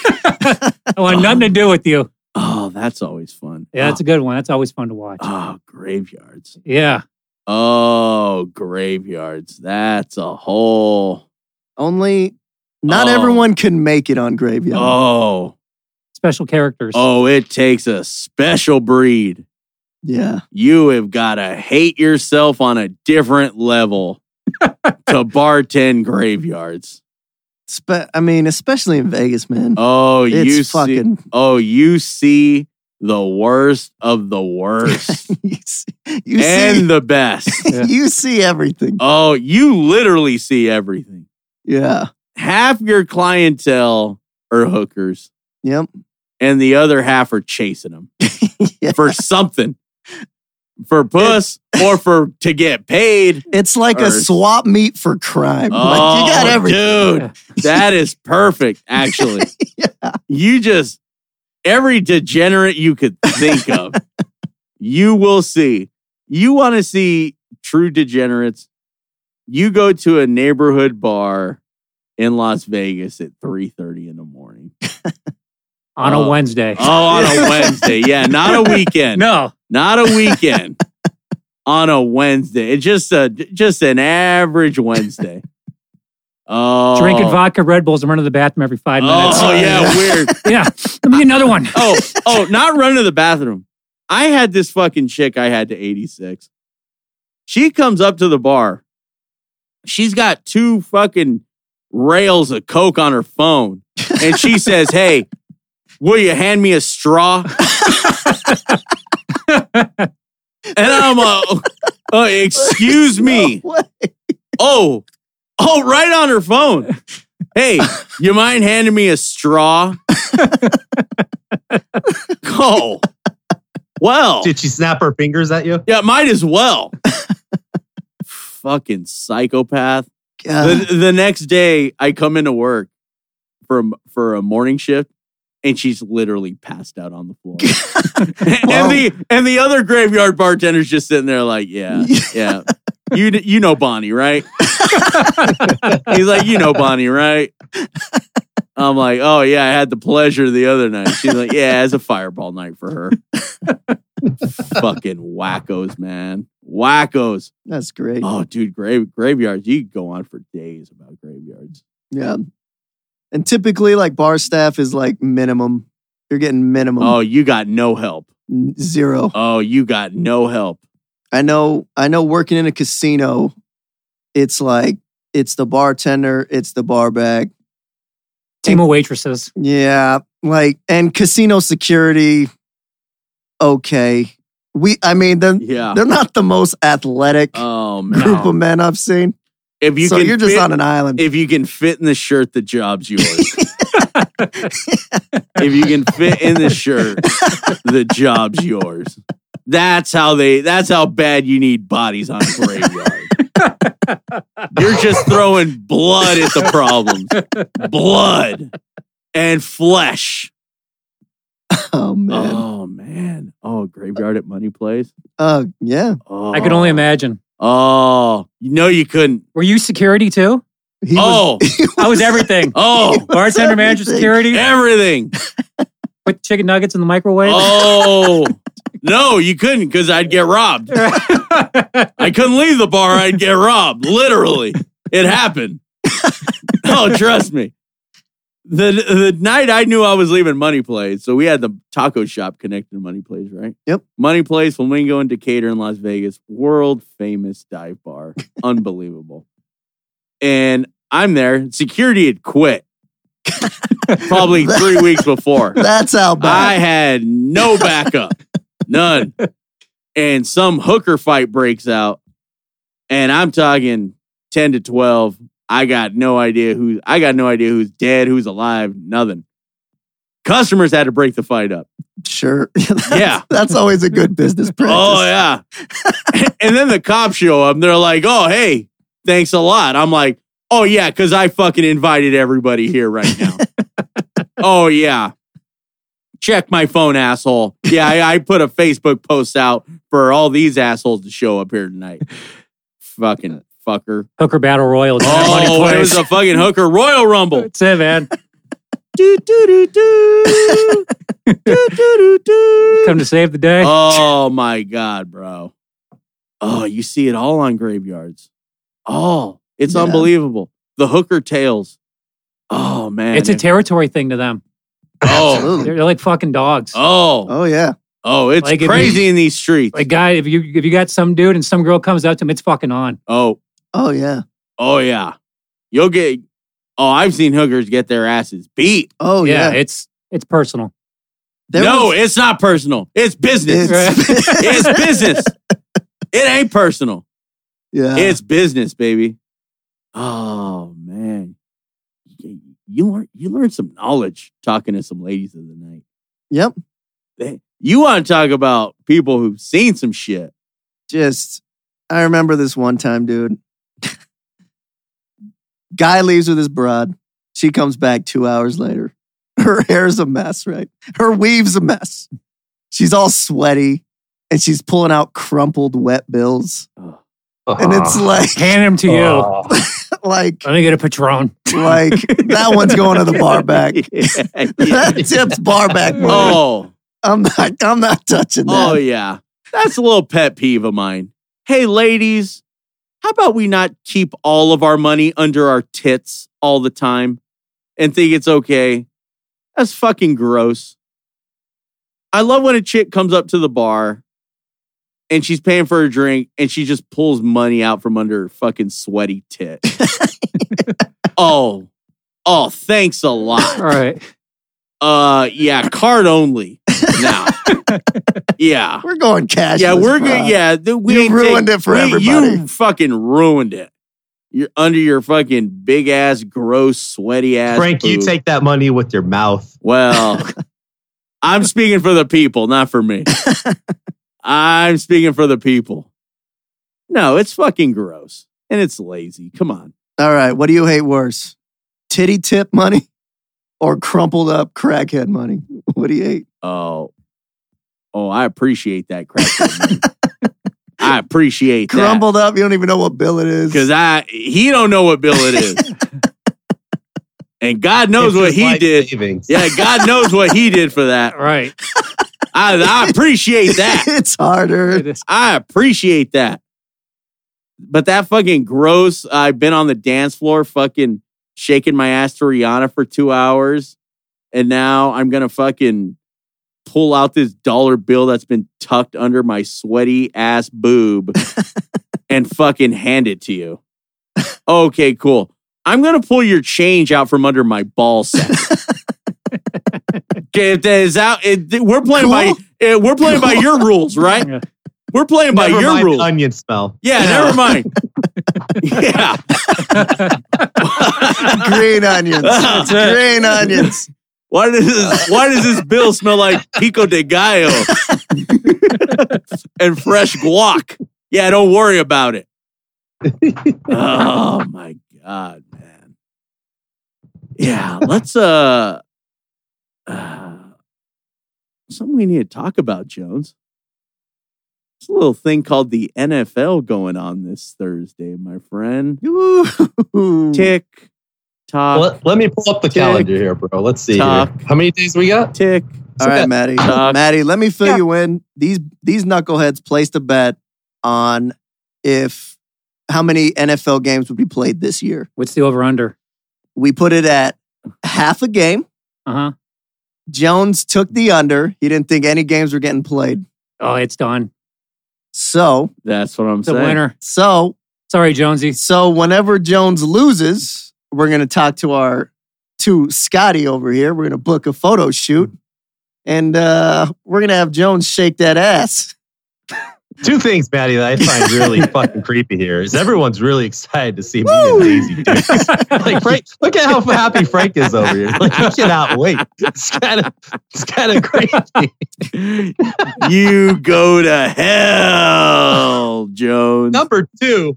Speaker 5: I want nothing to do with you.
Speaker 2: Oh, that's always fun.
Speaker 5: Yeah,
Speaker 3: Ah.
Speaker 5: that's a good one. That's always fun to watch.
Speaker 2: Oh, graveyards.
Speaker 5: Yeah.
Speaker 2: Oh, graveyards. That's a whole.
Speaker 3: only. Not
Speaker 2: Oh.
Speaker 3: everyone can make it on graveyard.
Speaker 2: Oh,
Speaker 5: Special characters.
Speaker 2: oh, it takes a special breed.
Speaker 3: Yeah,
Speaker 2: You have got to hate yourself on a different level to bartend graveyards.
Speaker 3: Spe- I mean, especially in Vegas, man.
Speaker 2: Oh,
Speaker 3: it's
Speaker 2: you see.
Speaker 3: fucking.
Speaker 2: Oh, you see the worst of the worst
Speaker 3: you see, you
Speaker 2: and
Speaker 3: see,
Speaker 2: the best.
Speaker 5: Yeah.
Speaker 3: you see everything.
Speaker 2: Oh, you literally see everything.
Speaker 3: Yeah.
Speaker 2: half your clientele are hookers
Speaker 3: Yep.
Speaker 2: and the other half are chasing them
Speaker 3: Yeah.
Speaker 2: for something for puss or for to get paid
Speaker 3: It's like a
Speaker 2: Earth.
Speaker 3: swap meet for crime.
Speaker 2: oh
Speaker 3: like you got everything.
Speaker 2: dude that is perfect actually you just every degenerate you could think of you will see you want to see true degenerates you go to a neighborhood bar in las vegas at 3.30 in the morning
Speaker 5: on a
Speaker 2: Oh.
Speaker 5: Wednesday.
Speaker 2: Oh, on a Wednesday. Yeah, not a weekend.
Speaker 5: no.
Speaker 2: Not a weekend. on a Wednesday. It's just a just an average Wednesday. Oh.
Speaker 5: Drinking vodka Red Bulls and run to the bathroom every five minutes.
Speaker 2: Oh, yeah, weird.
Speaker 5: yeah. Let me get another one.
Speaker 2: Oh, oh, not run to the bathroom. I had this fucking chick I had to 86. She comes up to the bar. She's got two fucking rails of coke on her phone. And she says, Hey, will you hand me a straw? and I'm uh, oh, excuse me.
Speaker 3: What?
Speaker 2: Oh, oh, right on her phone. Hey, you mind handing me a straw? oh, well,
Speaker 4: Did she snap her fingers at you?
Speaker 2: yeah, might as well. Fucking psychopath.
Speaker 3: God.
Speaker 2: The, the next day, I come into work from for a morning shift, and she's literally passed out on the floor.
Speaker 3: Wow.
Speaker 2: and the and the other graveyard bartender's just sitting there like, yeah, yeah. You you know Bonnie, right? He's like, you know Bonnie, right? I'm like, oh yeah, I had the pleasure the other night. She's like, yeah, it's a fireball night for her. Fucking wackos, man, wackos.
Speaker 3: That's great.
Speaker 2: Oh, dude, grave graveyards. You could go on for days about graveyards.
Speaker 3: Yeah. And typically, like bar staff is like minimum. You're getting minimum
Speaker 2: Oh, you got no help.
Speaker 3: n- zero.
Speaker 2: Oh, you got no help.
Speaker 3: I know. I know. Working in a casino, it's like it's the bartender, it's the bar bag.
Speaker 5: Team of waitresses.
Speaker 3: Yeah, like and casino security. Okay, we. I mean, they're,
Speaker 2: Yeah.
Speaker 3: they're not the most athletic
Speaker 2: Oh
Speaker 3: group
Speaker 2: man.
Speaker 3: of men I've seen.
Speaker 2: If you
Speaker 3: so
Speaker 2: can
Speaker 3: you're just
Speaker 2: fit-
Speaker 3: on an island.
Speaker 2: if you can fit in the shirt, the job's yours. if you can fit in the shirt, the job's yours. That's how they. That's how bad you need bodies on a graveyard. You're just throwing blood at the problems, blood and flesh.
Speaker 3: Oh man. Oh,
Speaker 2: Oh man! Oh, graveyard at Money Place.
Speaker 3: Uh, yeah.
Speaker 2: Oh.
Speaker 5: I could only imagine.
Speaker 2: Oh, you know you couldn't.
Speaker 5: Were you security too?
Speaker 3: He
Speaker 2: oh,
Speaker 5: I was everything.
Speaker 2: oh,
Speaker 5: Bartender, manager,
Speaker 3: everything.
Speaker 5: security.
Speaker 2: everything.
Speaker 5: Put chicken nuggets in the microwave.
Speaker 2: Oh, no, you couldn't because I'd get robbed. I couldn't leave the bar. I'd get robbed. Literally, it happened. oh, trust me. The the night I knew I was leaving Money Plays, so we had the taco shop connected to Money Plays, right?
Speaker 3: Yep.
Speaker 2: Money Plays, Flamingo and Decatur in Las Vegas, world famous dive bar, unbelievable. And I'm there. Security had quit probably three weeks before.
Speaker 3: That's how
Speaker 2: I
Speaker 3: bad.
Speaker 2: had no backup, none. And some hooker fight breaks out, and I'm talking ten to twelve. I got no idea who. I got no idea who's dead, who's alive, nothing. Customers had to break the fight up.
Speaker 3: sure. that's,
Speaker 2: Yeah.
Speaker 3: That's always a good business practice.
Speaker 2: Oh yeah. and then the cops show up. and They're like, "Oh hey, thanks a lot." I'm like, "Oh yeah, because I fucking invited everybody here right now." oh yeah. Check my phone, asshole. Yeah, I, I put a Facebook post out for all these assholes to show up here tonight. fucking fucker.
Speaker 5: Hooker battle royal. It's at Money
Speaker 2: Oh, it
Speaker 5: Place.
Speaker 2: was a fucking hooker Royal Rumble.
Speaker 5: That's it, man.
Speaker 2: do, do, do, do. do, do, do, do.
Speaker 5: Come to save the day.
Speaker 2: Oh my god, bro. Oh, you see it all on graveyards. Oh, it's
Speaker 3: Yeah.
Speaker 2: unbelievable. The hooker tails. Oh man.
Speaker 5: it's a territory thing to them.
Speaker 2: oh.
Speaker 3: Absolutely.
Speaker 5: They're, they're like fucking dogs.
Speaker 2: Oh.
Speaker 3: Oh yeah.
Speaker 2: Oh, it's
Speaker 5: Like, if
Speaker 2: crazy in these streets.
Speaker 5: Like guy, if you if you got some dude and some girl comes up to him, it's fucking on.
Speaker 2: oh.
Speaker 3: Oh yeah.
Speaker 2: Oh yeah. You'll get Oh, I've seen hookers get their asses beat.
Speaker 3: Oh yeah.
Speaker 5: it's it's personal.
Speaker 3: There
Speaker 2: no,
Speaker 3: was-
Speaker 2: it's not personal. It's business.
Speaker 3: It's-
Speaker 2: it's business. It ain't personal.
Speaker 3: yeah.
Speaker 2: it's business, baby. Oh man, you, you learn you learn some knowledge talking to some ladies of the night.
Speaker 3: Yep.
Speaker 2: They- you want to talk about people who've seen some shit?
Speaker 3: just I remember this one time, dude. Guy leaves with his broad. She comes back two hours later. Her hair's a mess, right? Her weave's a mess. She's all sweaty and she's pulling out crumpled wet bills. And it's like,
Speaker 5: Hand him to you.
Speaker 3: like,
Speaker 5: Let me get a patron.
Speaker 3: like that one's going to the bar back.
Speaker 2: Yeah, yeah.
Speaker 3: that tip's bar back. Oh.
Speaker 2: oh,
Speaker 3: I'm not I'm not touching that.
Speaker 2: oh yeah, that's a little pet peeve of mine. Hey, ladies, how about we not keep all of our money under our tits all the time and think it's okay? That's fucking gross. I love when a chick comes up to the bar and she's paying for a drink and she just pulls money out from under her fucking sweaty tit. oh, oh, thanks a lot.
Speaker 5: All right.
Speaker 2: Uh, yeah, card only now. yeah.
Speaker 3: We're going cash.
Speaker 2: Yeah, we're good. Yeah, th- we
Speaker 3: You
Speaker 2: ain't
Speaker 3: ruined it for
Speaker 2: You
Speaker 3: everybody.
Speaker 2: fucking ruined it. You're under your fucking big ass, gross, sweaty ass.
Speaker 4: Frank, you
Speaker 2: boob.
Speaker 4: take that money with your mouth.
Speaker 2: Well, I'm speaking for the people, not for me. I'm speaking for the people. No, it's fucking gross and it's lazy. Come on.
Speaker 3: All right. What do you hate worse? Titty tip money or crumpled up crackhead money? What do you hate?
Speaker 2: Oh, oh, I appreciate that crap. man. I appreciate that.
Speaker 3: Crumpled up, you don't even know what bill it is.
Speaker 2: Cause I he don't know what bill it is. and God knows
Speaker 4: It's
Speaker 2: what
Speaker 4: his
Speaker 2: he
Speaker 4: life
Speaker 2: did.
Speaker 4: Savings.
Speaker 2: Yeah, God knows what he did for that.
Speaker 5: All right.
Speaker 2: I, I appreciate that.
Speaker 3: it's harder.
Speaker 5: It is.
Speaker 2: I appreciate that. But that fucking gross, I've been on the dance floor fucking shaking my ass to Rihanna for two hours. And now I'm gonna fucking pull out this dollar bill that's been tucked under my sweaty ass boob and fucking hand it to you. Okay, cool. I'm gonna pull your change out from under my ball sack. okay, if that is out, it, we're playing by
Speaker 3: Cool.
Speaker 2: eh, we're playing by your rules, right?
Speaker 5: Yeah.
Speaker 2: We're playing by
Speaker 4: Never
Speaker 2: your
Speaker 4: mind the
Speaker 2: rules.
Speaker 4: Onion smell.
Speaker 2: yeah, never mind. yeah.
Speaker 3: Green onions.
Speaker 2: That's
Speaker 3: Green onions.
Speaker 2: Why does this, why does this bill smell like pico de gallo and fresh guac? Yeah, don't worry about it. oh my god, man. Yeah, let's uh, uh something we need to talk about, Jones. There's a little thing called the NFL going on this Thursday, my friend.
Speaker 3: Ooh.
Speaker 2: Tick tock.
Speaker 4: let, let me pull up the
Speaker 2: Tick.
Speaker 4: calendar here, bro. Let's see. here.
Speaker 2: Tock.
Speaker 4: How many days we got?
Speaker 2: Tick.
Speaker 3: All right, Maddie.
Speaker 2: Suck.
Speaker 3: Maddie, let me fill
Speaker 5: Yeah.
Speaker 3: you in. These these knuckleheads placed a bet on if how many NFL games would be played this year.
Speaker 5: What's the over under?
Speaker 3: We put it at half a game.
Speaker 5: Uh huh.
Speaker 3: Jones took the under. He didn't think any games were getting played.
Speaker 5: Oh, it's done.
Speaker 3: So,
Speaker 2: That's what I'm
Speaker 5: It's a
Speaker 2: saying.
Speaker 5: winner.
Speaker 3: so
Speaker 5: Sorry, Jonesy.
Speaker 3: So whenever Jones loses, we're gonna talk to our to Scotty over here. We're gonna book a photo shoot, and uh, we're gonna have Jones shake that ass.
Speaker 4: Two things, Maddie, that I find really fucking creepy here is everyone's really excited to see me and
Speaker 3: Woo!
Speaker 4: Daisy do this. Like Frank, look at how happy Frank is over here. Like I cannot wait. It's kind of it's kind of crazy.
Speaker 2: you go to hell, Jones.
Speaker 4: Number two,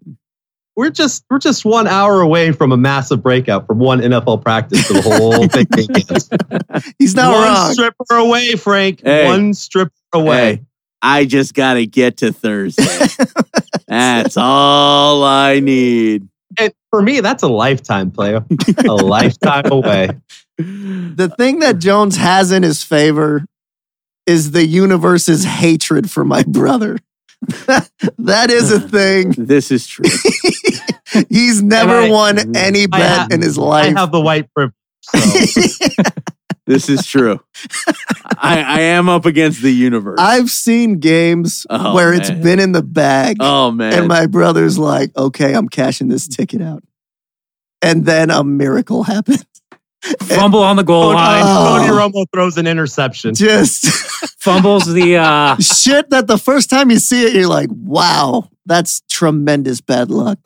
Speaker 4: we're just we're just one hour away from a massive breakout from one NFL practice to the whole thing. begins.
Speaker 3: He's not
Speaker 4: one
Speaker 3: wrong.
Speaker 4: stripper away, Frank.
Speaker 2: Hey.
Speaker 4: One stripper away.
Speaker 2: Hey, I just got to get to Thursday. That's all I need.
Speaker 4: And for me, that's a lifetime player. a lifetime away.
Speaker 3: the thing that Jones has in his favor is the universe's hatred for my brother. that is a thing.
Speaker 2: This is true.
Speaker 3: He's never
Speaker 4: And I-
Speaker 3: won any bet
Speaker 4: have-
Speaker 3: in his
Speaker 4: I
Speaker 3: life.
Speaker 4: have the white privilege. So.
Speaker 2: This is true. I, I am up against the universe.
Speaker 3: I've seen games
Speaker 2: Oh,
Speaker 3: where it's
Speaker 2: man.
Speaker 3: been in the bag.
Speaker 2: oh, man.
Speaker 3: And my brother's like, okay, I'm cashing this ticket out. And then a miracle happened.
Speaker 5: Fumble on the goal
Speaker 3: Oh,
Speaker 4: Tony,
Speaker 5: line.
Speaker 4: Tony Romo throws an interception.
Speaker 3: Just
Speaker 5: Fumbles the uh,
Speaker 3: shit that the first time you see it, you're like, wow, that's tremendous bad luck.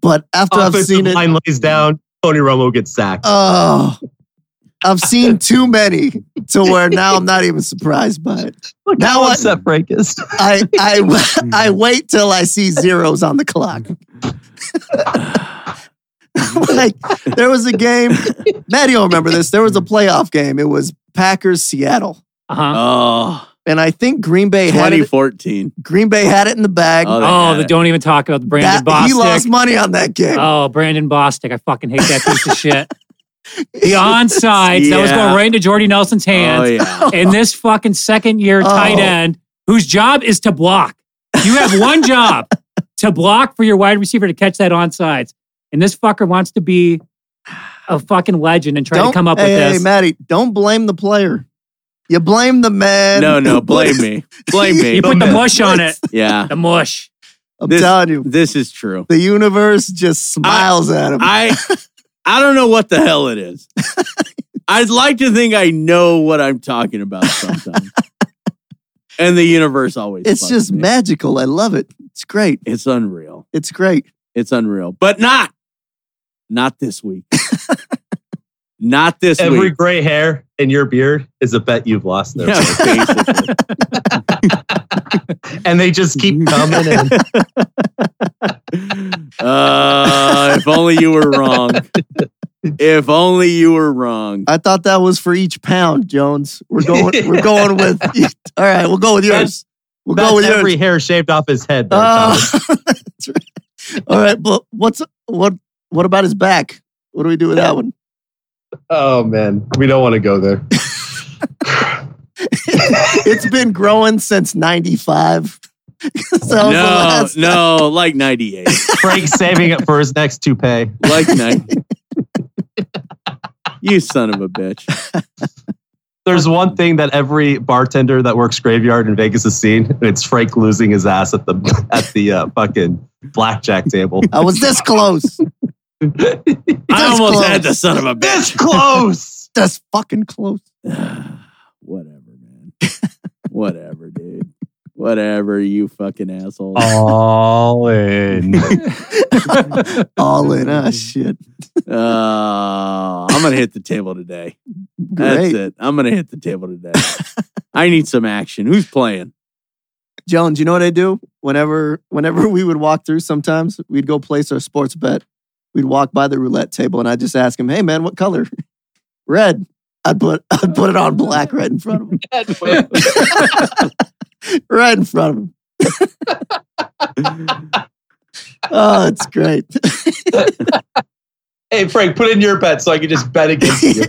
Speaker 3: But after I've
Speaker 4: Offensive
Speaker 3: seen it,
Speaker 4: line lays down. Tony Romo gets sacked.
Speaker 3: oh, I've seen too many to where now I'm not even surprised by it.
Speaker 4: Look
Speaker 3: now
Speaker 4: how
Speaker 3: I-
Speaker 4: upset Frank is.
Speaker 3: I, I, I
Speaker 2: Mm-hmm.
Speaker 3: wait till I see zeros on the clock. like there was a game. Maddie will remember this. There was a playoff game. It was Packers Seattle,
Speaker 5: uh-huh.
Speaker 2: oh,
Speaker 3: and I think Green Bay had it.
Speaker 2: 2014.
Speaker 3: Green Bay had it in the bag.
Speaker 2: Oh, they
Speaker 5: oh,
Speaker 2: had
Speaker 5: the,
Speaker 2: it.
Speaker 5: don't even talk about the Brandon
Speaker 3: That- he lost
Speaker 5: Bostic.
Speaker 3: money on that game.
Speaker 5: Oh, Brandon Bostic. I fucking hate that piece of shit. The onsides that was
Speaker 2: Yeah.
Speaker 5: going right into Jordy Nelson's
Speaker 2: Oh,
Speaker 5: hands.
Speaker 2: yeah.
Speaker 5: and this fucking second year
Speaker 3: Oh.
Speaker 5: tight end whose job is to block. You have one job to block for your wide receiver to catch that onside. And this fucker wants to be a fucking legend and try
Speaker 3: Don't
Speaker 5: to come up
Speaker 3: hey,
Speaker 5: with
Speaker 3: hey,
Speaker 5: this.
Speaker 3: Maddie, don't blame the player. You blame the man.
Speaker 2: No, no, blame me. Blame me.
Speaker 5: you put the
Speaker 4: man.
Speaker 5: mush on it.
Speaker 2: Yeah,
Speaker 5: The mush.
Speaker 3: I'm
Speaker 2: This-
Speaker 3: telling you,
Speaker 2: this is true.
Speaker 3: the universe just smiles at him.
Speaker 2: I I don't know what the hell it is. I'd like to think I know what I'm talking about sometimes. and the universe always
Speaker 3: it's
Speaker 2: fucks
Speaker 3: just
Speaker 2: me.
Speaker 3: magical. I love it. It's great.
Speaker 2: It's unreal.
Speaker 3: It's great.
Speaker 2: It's unreal. But not not this week. not this
Speaker 4: Every
Speaker 2: week.
Speaker 4: gray hair in your beard is a bet you've lost there.
Speaker 2: Yeah, basically.
Speaker 4: And they just keep coming in.
Speaker 2: uh, if only you were wrong. If only you were wrong.
Speaker 3: I thought that was for each pound, Jones. We're going. We're going with. All right, we'll go with yours. We'll
Speaker 4: That's
Speaker 3: go with yours.
Speaker 4: every hair shaved off his head. There, Thomas.
Speaker 3: Oh, that's right. All right, but what's what? What about his back? What do we do with that one?
Speaker 4: oh, man. We don't want to go there.
Speaker 3: It's been growing since '95. so
Speaker 2: no, no, like 98.
Speaker 4: Frank's saving it for his next toupee.
Speaker 2: Like 90. you son of a bitch.
Speaker 4: There's one thing that every bartender that works graveyard in Vegas has seen, and it's Frank losing his ass at the at the uh, fucking blackjack table.
Speaker 3: I was this close.
Speaker 2: I
Speaker 3: That's
Speaker 2: almost
Speaker 3: close.
Speaker 2: had the son of a bitch.
Speaker 4: this close.
Speaker 3: That's fucking close.
Speaker 2: Whatever, man. Whatever, dude. Whatever, you fucking asshole.
Speaker 3: Oh.
Speaker 8: All in.
Speaker 3: All in us. Shit.
Speaker 2: Uh, I'm gonna hit the table today. That's
Speaker 3: Great.
Speaker 2: it. I'm gonna hit the table today. I need some action. Who's playing?
Speaker 3: Jones, you know what I do? Whenever whenever we would walk through sometimes, we'd go place our sports bet. We'd walk by the roulette table and I'd just ask him, hey man, what color? Red. I'd put I'd put it on black right in front of him. right in front of him. oh, it's great.
Speaker 4: Hey Frank, put in your bet so I can just bet against you.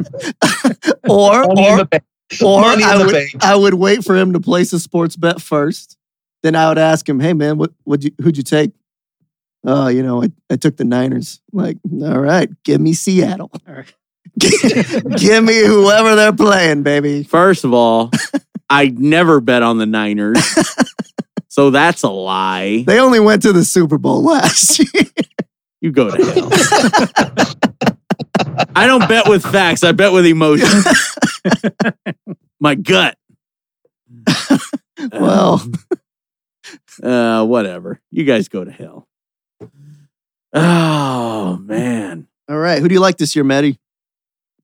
Speaker 3: or
Speaker 4: Money in
Speaker 3: or
Speaker 4: the bank.
Speaker 3: Or
Speaker 4: Money in
Speaker 3: I
Speaker 4: the
Speaker 3: would,
Speaker 4: bank.
Speaker 3: I would wait for him to place a sports bet first. Then I would ask him, "Hey man, what would you who'd you take?" Oh, you know, I, I took the Niners. Like, all right, give me Seattle. give me whoever they're playing, baby.
Speaker 2: First of all, I never bet on the Niners. so that's a lie.
Speaker 3: They only went to the Super Bowl last year.
Speaker 2: You go to hell. I don't bet with facts. I bet with emotion. My gut.
Speaker 3: well,
Speaker 2: Uh, whatever. You guys go to hell. Oh man.
Speaker 3: all right. Who do you like this year, Matty?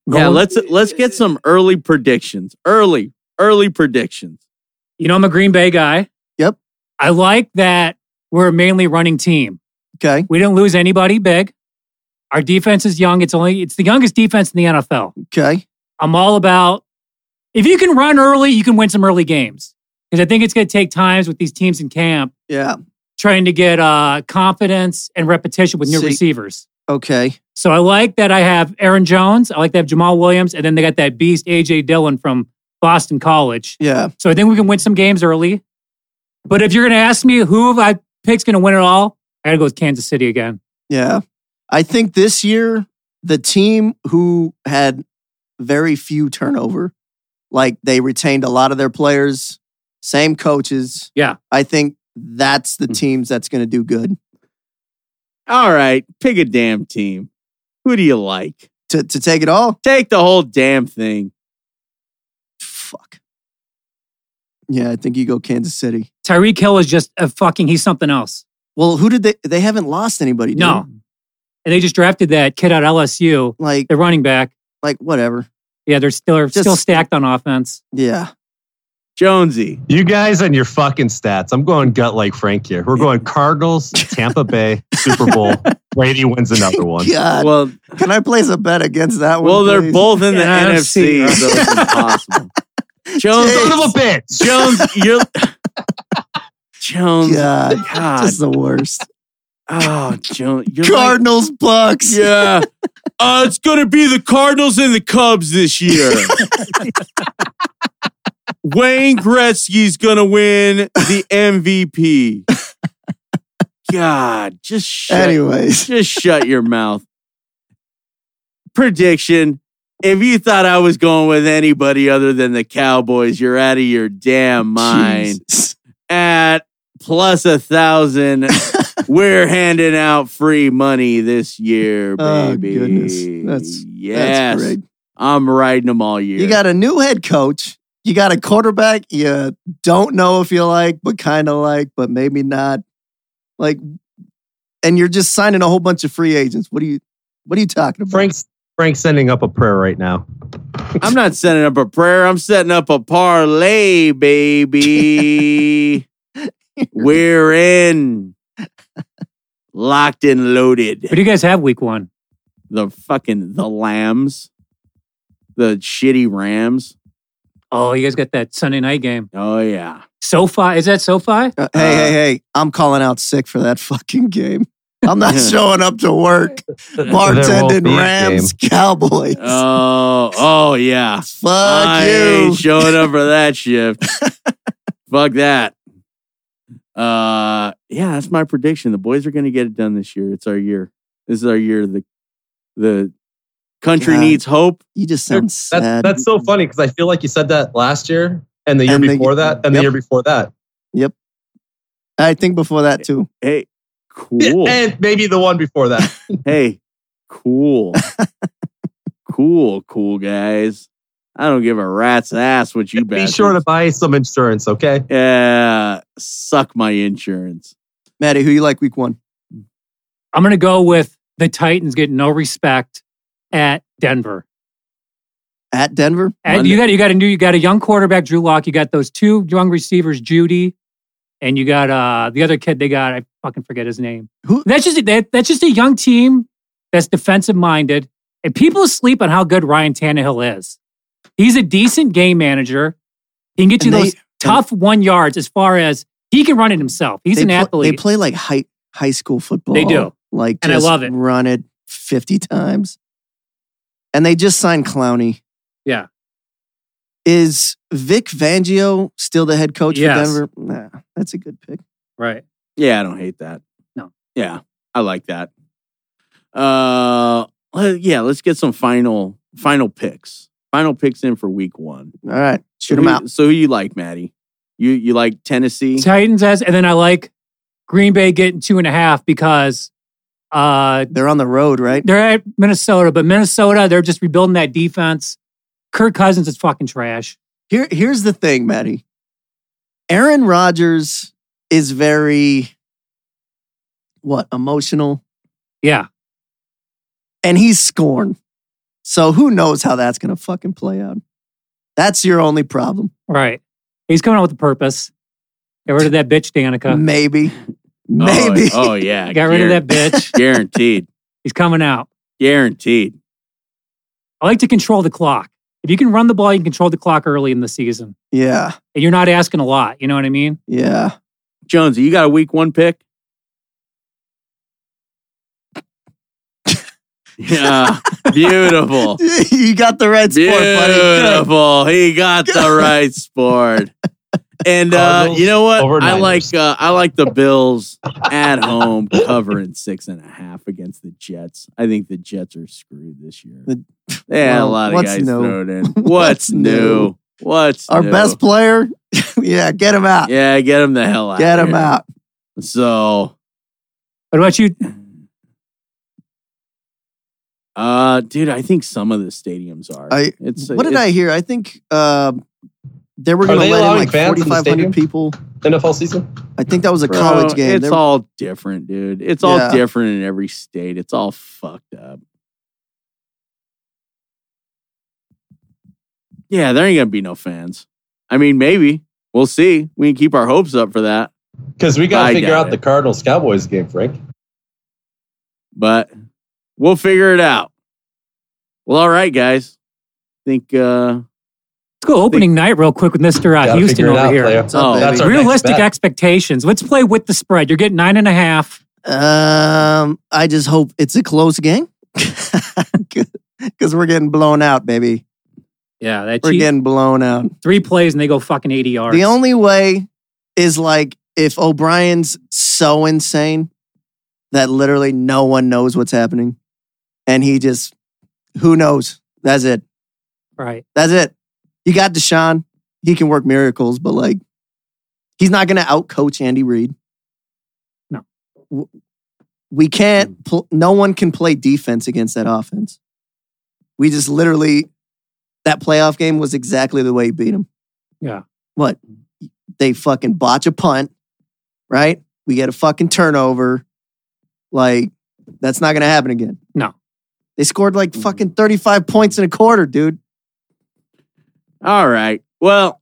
Speaker 2: Yeah, let's let's get some early predictions. Early, early predictions.
Speaker 5: You know, I'm a Green Bay guy.
Speaker 3: Yep.
Speaker 5: I like that we're a mainly running team.
Speaker 3: Okay,
Speaker 5: We didn't lose anybody big. Our defense is young. It's only it's the youngest defense in the NFL.
Speaker 3: okay,
Speaker 5: I'm all about if you can run early, you can win some early games. Because I think it's going to take times with these teams in camp
Speaker 3: yeah,
Speaker 5: trying to get uh, confidence and repetition with new
Speaker 3: See-
Speaker 5: receivers.
Speaker 3: okay,
Speaker 5: So I like that I have Aaron Jones. I like to have Jamal Williams, and then they got that beast AJ Dillon from Boston College.
Speaker 3: yeah.
Speaker 5: So I think we can win some games early. But if you're going to ask me who of I pick's going to win it all, I got to go with Kansas City again.
Speaker 3: Yeah. I think this year, the team who had very few turnover, like they retained a lot of their players, same coaches.
Speaker 5: Yeah.
Speaker 3: I think that's
Speaker 2: Hmm.
Speaker 3: the teams that's going to do good.
Speaker 2: All right, pick a damn team. Who do you like?
Speaker 3: To, to take it all?
Speaker 2: Take the whole damn thing.
Speaker 3: Fuck. Yeah, I think you go Kansas City.
Speaker 5: Tyreek Hill is just a fucking he's something else.
Speaker 3: Well, who did they? They haven't lost anybody. dude.
Speaker 5: No. And they just drafted that kid out of LSU,
Speaker 3: Like,
Speaker 5: the running back.
Speaker 3: like whatever.
Speaker 5: Yeah, they're still they're
Speaker 3: Just-
Speaker 5: still stacked on offense.
Speaker 3: Yeah.
Speaker 2: Jonesy.
Speaker 4: You guys and your fucking stats. I'm going gut like Frank here. We're going Cardinals, Tampa Bay, Super Bowl. Brady wins another one.
Speaker 3: God.
Speaker 2: Well,
Speaker 3: Can I place a bet against that one?
Speaker 2: well, they're
Speaker 3: please?
Speaker 2: both in the
Speaker 5: Yeah,
Speaker 2: NFC,
Speaker 5: NFC,
Speaker 2: so it's impossible.
Speaker 4: Son of
Speaker 2: Jones,
Speaker 4: a bitch.
Speaker 2: Jones, you're Jones.
Speaker 3: God.
Speaker 2: God,
Speaker 3: Just the worst.
Speaker 2: oh, Jones, you're like-
Speaker 3: Cardinals, Bucks.
Speaker 2: Yeah. Uh, it's going to be the Cardinals and the Cubs this year. Wayne Gretzky's going to win the MVP. God, just shut,
Speaker 3: Anyways,
Speaker 2: just shut your mouth. Prediction. If you thought I was going with anybody other than the Cowboys, you're out of your damn mind
Speaker 3: Jesus.
Speaker 2: at plus a thousand. We're handing out free money this year,
Speaker 3: Oh,
Speaker 2: baby.
Speaker 3: goodness. That's-
Speaker 2: yes.
Speaker 3: That's great.
Speaker 2: I'm riding them all year.
Speaker 3: You got a new head coach. You got a quarterback you don't know if you like, but kind of like, but maybe not. Like, and you're just signing a whole bunch of free agents. What are you? What are you talking about?
Speaker 4: Frank's Frank's sending up a prayer right now.
Speaker 2: I'm not setting up a prayer. I'm setting up a parlay, baby. We're in. Locked and
Speaker 5: Who
Speaker 2: loaded.
Speaker 5: do you guys have week one?
Speaker 2: The fucking the lambs. The shitty Rams.
Speaker 5: Oh, you guys got that Sunday night game.
Speaker 2: Oh yeah.
Speaker 5: SoFi, is that SoFi?
Speaker 3: Uh, hey, hey, hey! I'm calling out sick for that fucking game. I'm not showing up to work. Bartending
Speaker 4: be a
Speaker 3: Rams Cowboys.
Speaker 2: Oh, oh yeah.
Speaker 3: Fuck
Speaker 2: I
Speaker 3: you.
Speaker 2: ain't showing up for that shift. Fuck that. Uh, yeah, that's my prediction. The boys are going to get it done this year. It's our year. This is our year. The the country
Speaker 3: God.
Speaker 2: needs hope.
Speaker 3: You just sound
Speaker 4: That's
Speaker 3: sad.
Speaker 4: that's so funny because I feel like you said that last year and the year
Speaker 3: And the-
Speaker 4: before that and
Speaker 3: yep.
Speaker 4: the year before that.
Speaker 3: I think before that too.
Speaker 2: Hey, cool.
Speaker 4: And maybe the one before that.
Speaker 2: hey, cool, cool, cool guys. I don't give a rat's ass what you
Speaker 4: Be sure to
Speaker 2: bastards-
Speaker 4: buy some insurance, okay?
Speaker 2: Yeah, suck my insurance.
Speaker 3: Maddie, who you like week one?
Speaker 5: I'm going to go with the Titans getting no respect at Denver.
Speaker 3: At Denver?
Speaker 5: And
Speaker 2: Monday.
Speaker 5: you got you got a new you got a young quarterback, Drew Lock. You got those two young receivers, Judy, and you got uh the other kid they got. I fucking forget his name.
Speaker 3: Who-
Speaker 5: That's just that, that's just a young team that's defensive minded, and people sleep on how good Ryan Tannehill is. He's a decent game manager. He can get you
Speaker 3: And
Speaker 5: those
Speaker 3: they-
Speaker 5: tough one yards as far as he can run it himself. He's
Speaker 3: they
Speaker 5: an
Speaker 3: pl-
Speaker 5: athlete.
Speaker 3: They play like high high school football.
Speaker 5: They do.
Speaker 3: Like
Speaker 5: And I
Speaker 3: just
Speaker 5: love it.
Speaker 3: Run it fifty times, and they just signed Clowney.
Speaker 5: Yeah.
Speaker 3: Is Vic Fangio still the head coach
Speaker 5: Yes.
Speaker 3: for Denver? Nah, that's a good pick.
Speaker 5: right.
Speaker 2: Yeah, I don't hate that.
Speaker 5: No.
Speaker 2: Yeah, I like that. Uh, let- yeah, let's get some final final picks. Final picks in for week one.
Speaker 3: All right, shoot
Speaker 2: So
Speaker 3: him
Speaker 2: who-
Speaker 3: out.
Speaker 2: So who you like, Maddie? You you like Tennessee?
Speaker 5: Titans as and then I like Green Bay getting two and a half because uh
Speaker 3: They're on the road, right?
Speaker 5: they're at Minnesota, but Minnesota, they're just rebuilding that defense. Kirk Cousins is fucking trash.
Speaker 3: Here, here's the thing, Maddie. Aaron Rodgers is very what emotional,
Speaker 5: Yeah.
Speaker 3: and he's scorned. So who knows how that's gonna fucking play out? That's your only problem.
Speaker 5: Right. He's coming out with a purpose. Get rid of that bitch, Danica.
Speaker 3: Maybe. Maybe.
Speaker 2: Oh, oh, yeah,
Speaker 5: Got rid of that
Speaker 2: guaran-
Speaker 5: bitch.
Speaker 2: Guaranteed.
Speaker 5: He's coming out.
Speaker 2: Guaranteed.
Speaker 5: I like to control the clock. If you can run the ball, you can control the clock early in the season.
Speaker 3: Yeah.
Speaker 5: And you're not asking a lot. You know what I mean?
Speaker 3: Yeah.
Speaker 2: Jonesy, you got a week one pick? yeah, beautiful.
Speaker 3: you got the right sport, buddy.
Speaker 2: Oh. Beautiful. He got the right sport. And uh,
Speaker 4: Cardinals
Speaker 2: you know
Speaker 4: over
Speaker 2: what? I like
Speaker 4: Niners.
Speaker 2: uh, I like the Bills at home covering six and a half against the Jets. I think the Jets are screwed this year.
Speaker 3: The-
Speaker 2: They had
Speaker 3: well,
Speaker 2: a lot of
Speaker 3: what's
Speaker 2: guys
Speaker 3: new?
Speaker 2: thrown in.
Speaker 3: What's
Speaker 2: What's,
Speaker 3: new?
Speaker 2: new? What's
Speaker 3: Our
Speaker 2: new?
Speaker 3: best player. yeah, get him out.
Speaker 2: Yeah, get him the hell out.
Speaker 3: get him
Speaker 2: here.
Speaker 3: out.
Speaker 2: So
Speaker 5: What about you?
Speaker 2: uh dude, I think some of the stadiums are.
Speaker 3: I-
Speaker 2: it's
Speaker 3: What did
Speaker 2: it's-
Speaker 3: I hear? I think um they were
Speaker 4: Are
Speaker 3: going to
Speaker 4: they
Speaker 3: let in
Speaker 4: allowing
Speaker 3: like
Speaker 4: fans in the
Speaker 3: 4,500
Speaker 4: stadium?
Speaker 3: people.
Speaker 4: NFL season?
Speaker 3: I think that was a
Speaker 4: Bro,
Speaker 3: college
Speaker 2: Bro,
Speaker 3: game.
Speaker 2: Oh, It's
Speaker 3: They-
Speaker 2: all different, dude. It's all
Speaker 3: Yeah.
Speaker 2: different in every state. It's all fucked up. Yeah, there ain't gonna be no fans. I mean, maybe we'll see. We can keep our hopes up for that,
Speaker 4: Because we got
Speaker 2: I
Speaker 4: to figure
Speaker 2: doubt
Speaker 4: out
Speaker 2: it.
Speaker 4: the Cardinals Cowboys game,
Speaker 2: Ah,
Speaker 4: Frank.
Speaker 2: but we'll figure it out. Well, all right, guys. Think uh
Speaker 5: Let's go opening night real quick with Mr. Uh,
Speaker 4: Gotta
Speaker 5: Houston
Speaker 4: figure it
Speaker 5: over
Speaker 4: out,
Speaker 5: here.
Speaker 4: player.
Speaker 3: What's up,
Speaker 2: Oh,
Speaker 3: baby?
Speaker 4: That's our
Speaker 5: Realistic
Speaker 4: next bet.
Speaker 5: expectations. Let's play with the spread. You're getting nine and a half.
Speaker 3: Um, I just hope it's a close game because we're getting blown out, baby.
Speaker 5: Yeah, that
Speaker 3: We're
Speaker 5: cheap.
Speaker 3: getting blown out.
Speaker 5: three plays and they go fucking 80 yards.
Speaker 3: The only way is like if O'Brien's so insane that literally no one knows what's happening and he just, who knows? That's it.
Speaker 5: right.
Speaker 3: That's it. You got Deshaun. He can work miracles, but like, he's not going to outcoach Andy Reid.
Speaker 5: No. Mm.
Speaker 3: W- We can't, pl- no one can play defense against that offense. We just literally, that playoff game was exactly the way he beat him.
Speaker 5: Yeah.
Speaker 3: What? They fucking botch a punt, right? We get a fucking turnover. Like, that's not going to happen again.
Speaker 5: No. Mm-hmm.
Speaker 3: They scored like fucking 35 points in a quarter, dude.
Speaker 2: all right. Well,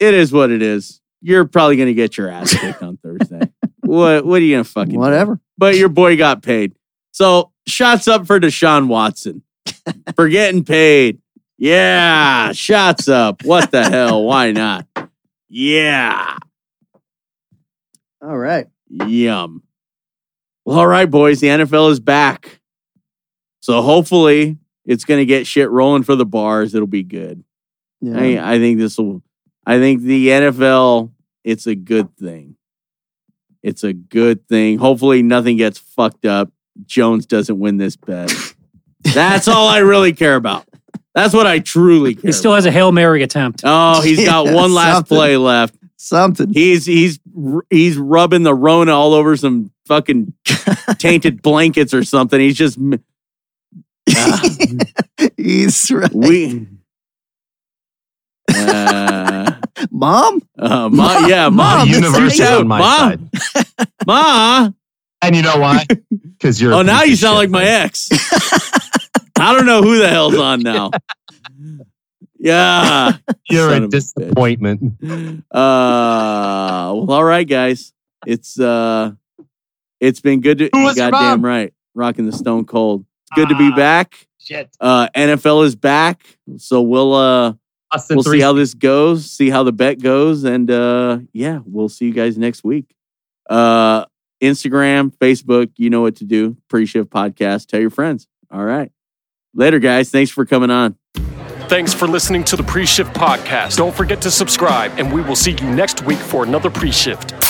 Speaker 2: it is what it is. You're probably gonna get your ass kicked on Thursday. What what are you gonna fucking do?
Speaker 3: Whatever.
Speaker 2: but your boy got paid. So shots up for Deshaun Watson for getting paid. Yeah, shots up. What the hell? Why not? Yeah,
Speaker 3: All right.
Speaker 2: yum. Well, all right, boys. The NFL is back. So hopefully it's going to get shit rolling for the bars. It'll be good.
Speaker 3: Yeah.
Speaker 2: I, I think this will, I think the NFL, it's a good thing. It's a good thing. Hopefully, nothing gets fucked up. Jones doesn't win this bet. That's all I really care about. That's what I truly care.
Speaker 5: He still
Speaker 2: about.
Speaker 5: has a Hail Mary attempt.
Speaker 2: Oh, he's got
Speaker 3: Yeah,
Speaker 2: one last
Speaker 3: something.
Speaker 2: play left.
Speaker 3: Something.
Speaker 2: He's he's he's rubbing the Rona all over some fucking tainted blankets or something. He's just
Speaker 3: He's right.
Speaker 2: we
Speaker 3: Mom?
Speaker 2: Uh, ma,
Speaker 3: Mom,
Speaker 2: yeah,
Speaker 3: Mom,
Speaker 2: ma,
Speaker 3: this
Speaker 2: reach
Speaker 4: Universe
Speaker 2: out,
Speaker 4: on my
Speaker 2: ma,
Speaker 4: side.
Speaker 2: ma.
Speaker 4: And you know why? Because you're. a
Speaker 2: Oh, now
Speaker 4: piece
Speaker 2: you
Speaker 4: of
Speaker 2: sound like
Speaker 4: shit.
Speaker 2: my ex. I don't know who the hell's on now. Yeah.
Speaker 4: You're
Speaker 2: Son
Speaker 4: a
Speaker 2: of bitch.
Speaker 4: disappointment.
Speaker 2: Uh, well, all right, guys. It's uh, it's been good to.
Speaker 4: Who was your
Speaker 2: goddamn
Speaker 4: mom?
Speaker 2: right, rocking the Stone Cold. It's good to be
Speaker 5: Ah.
Speaker 2: back.
Speaker 4: Shit.
Speaker 2: Uh, NFL is back, so we'll uh,
Speaker 4: Us and
Speaker 2: we'll
Speaker 4: three.
Speaker 2: see how this goes, see how the bet goes, and uh, yeah, we'll see you guys next week. Uh, Instagram, Facebook, you know what to do. Pre shift podcast. Tell your friends. All right, later, guys. Thanks for coming on.
Speaker 1: Thanks for listening to the Pre Shift Podcast. Don't forget to subscribe, and we will see you next week for another Pre Shift.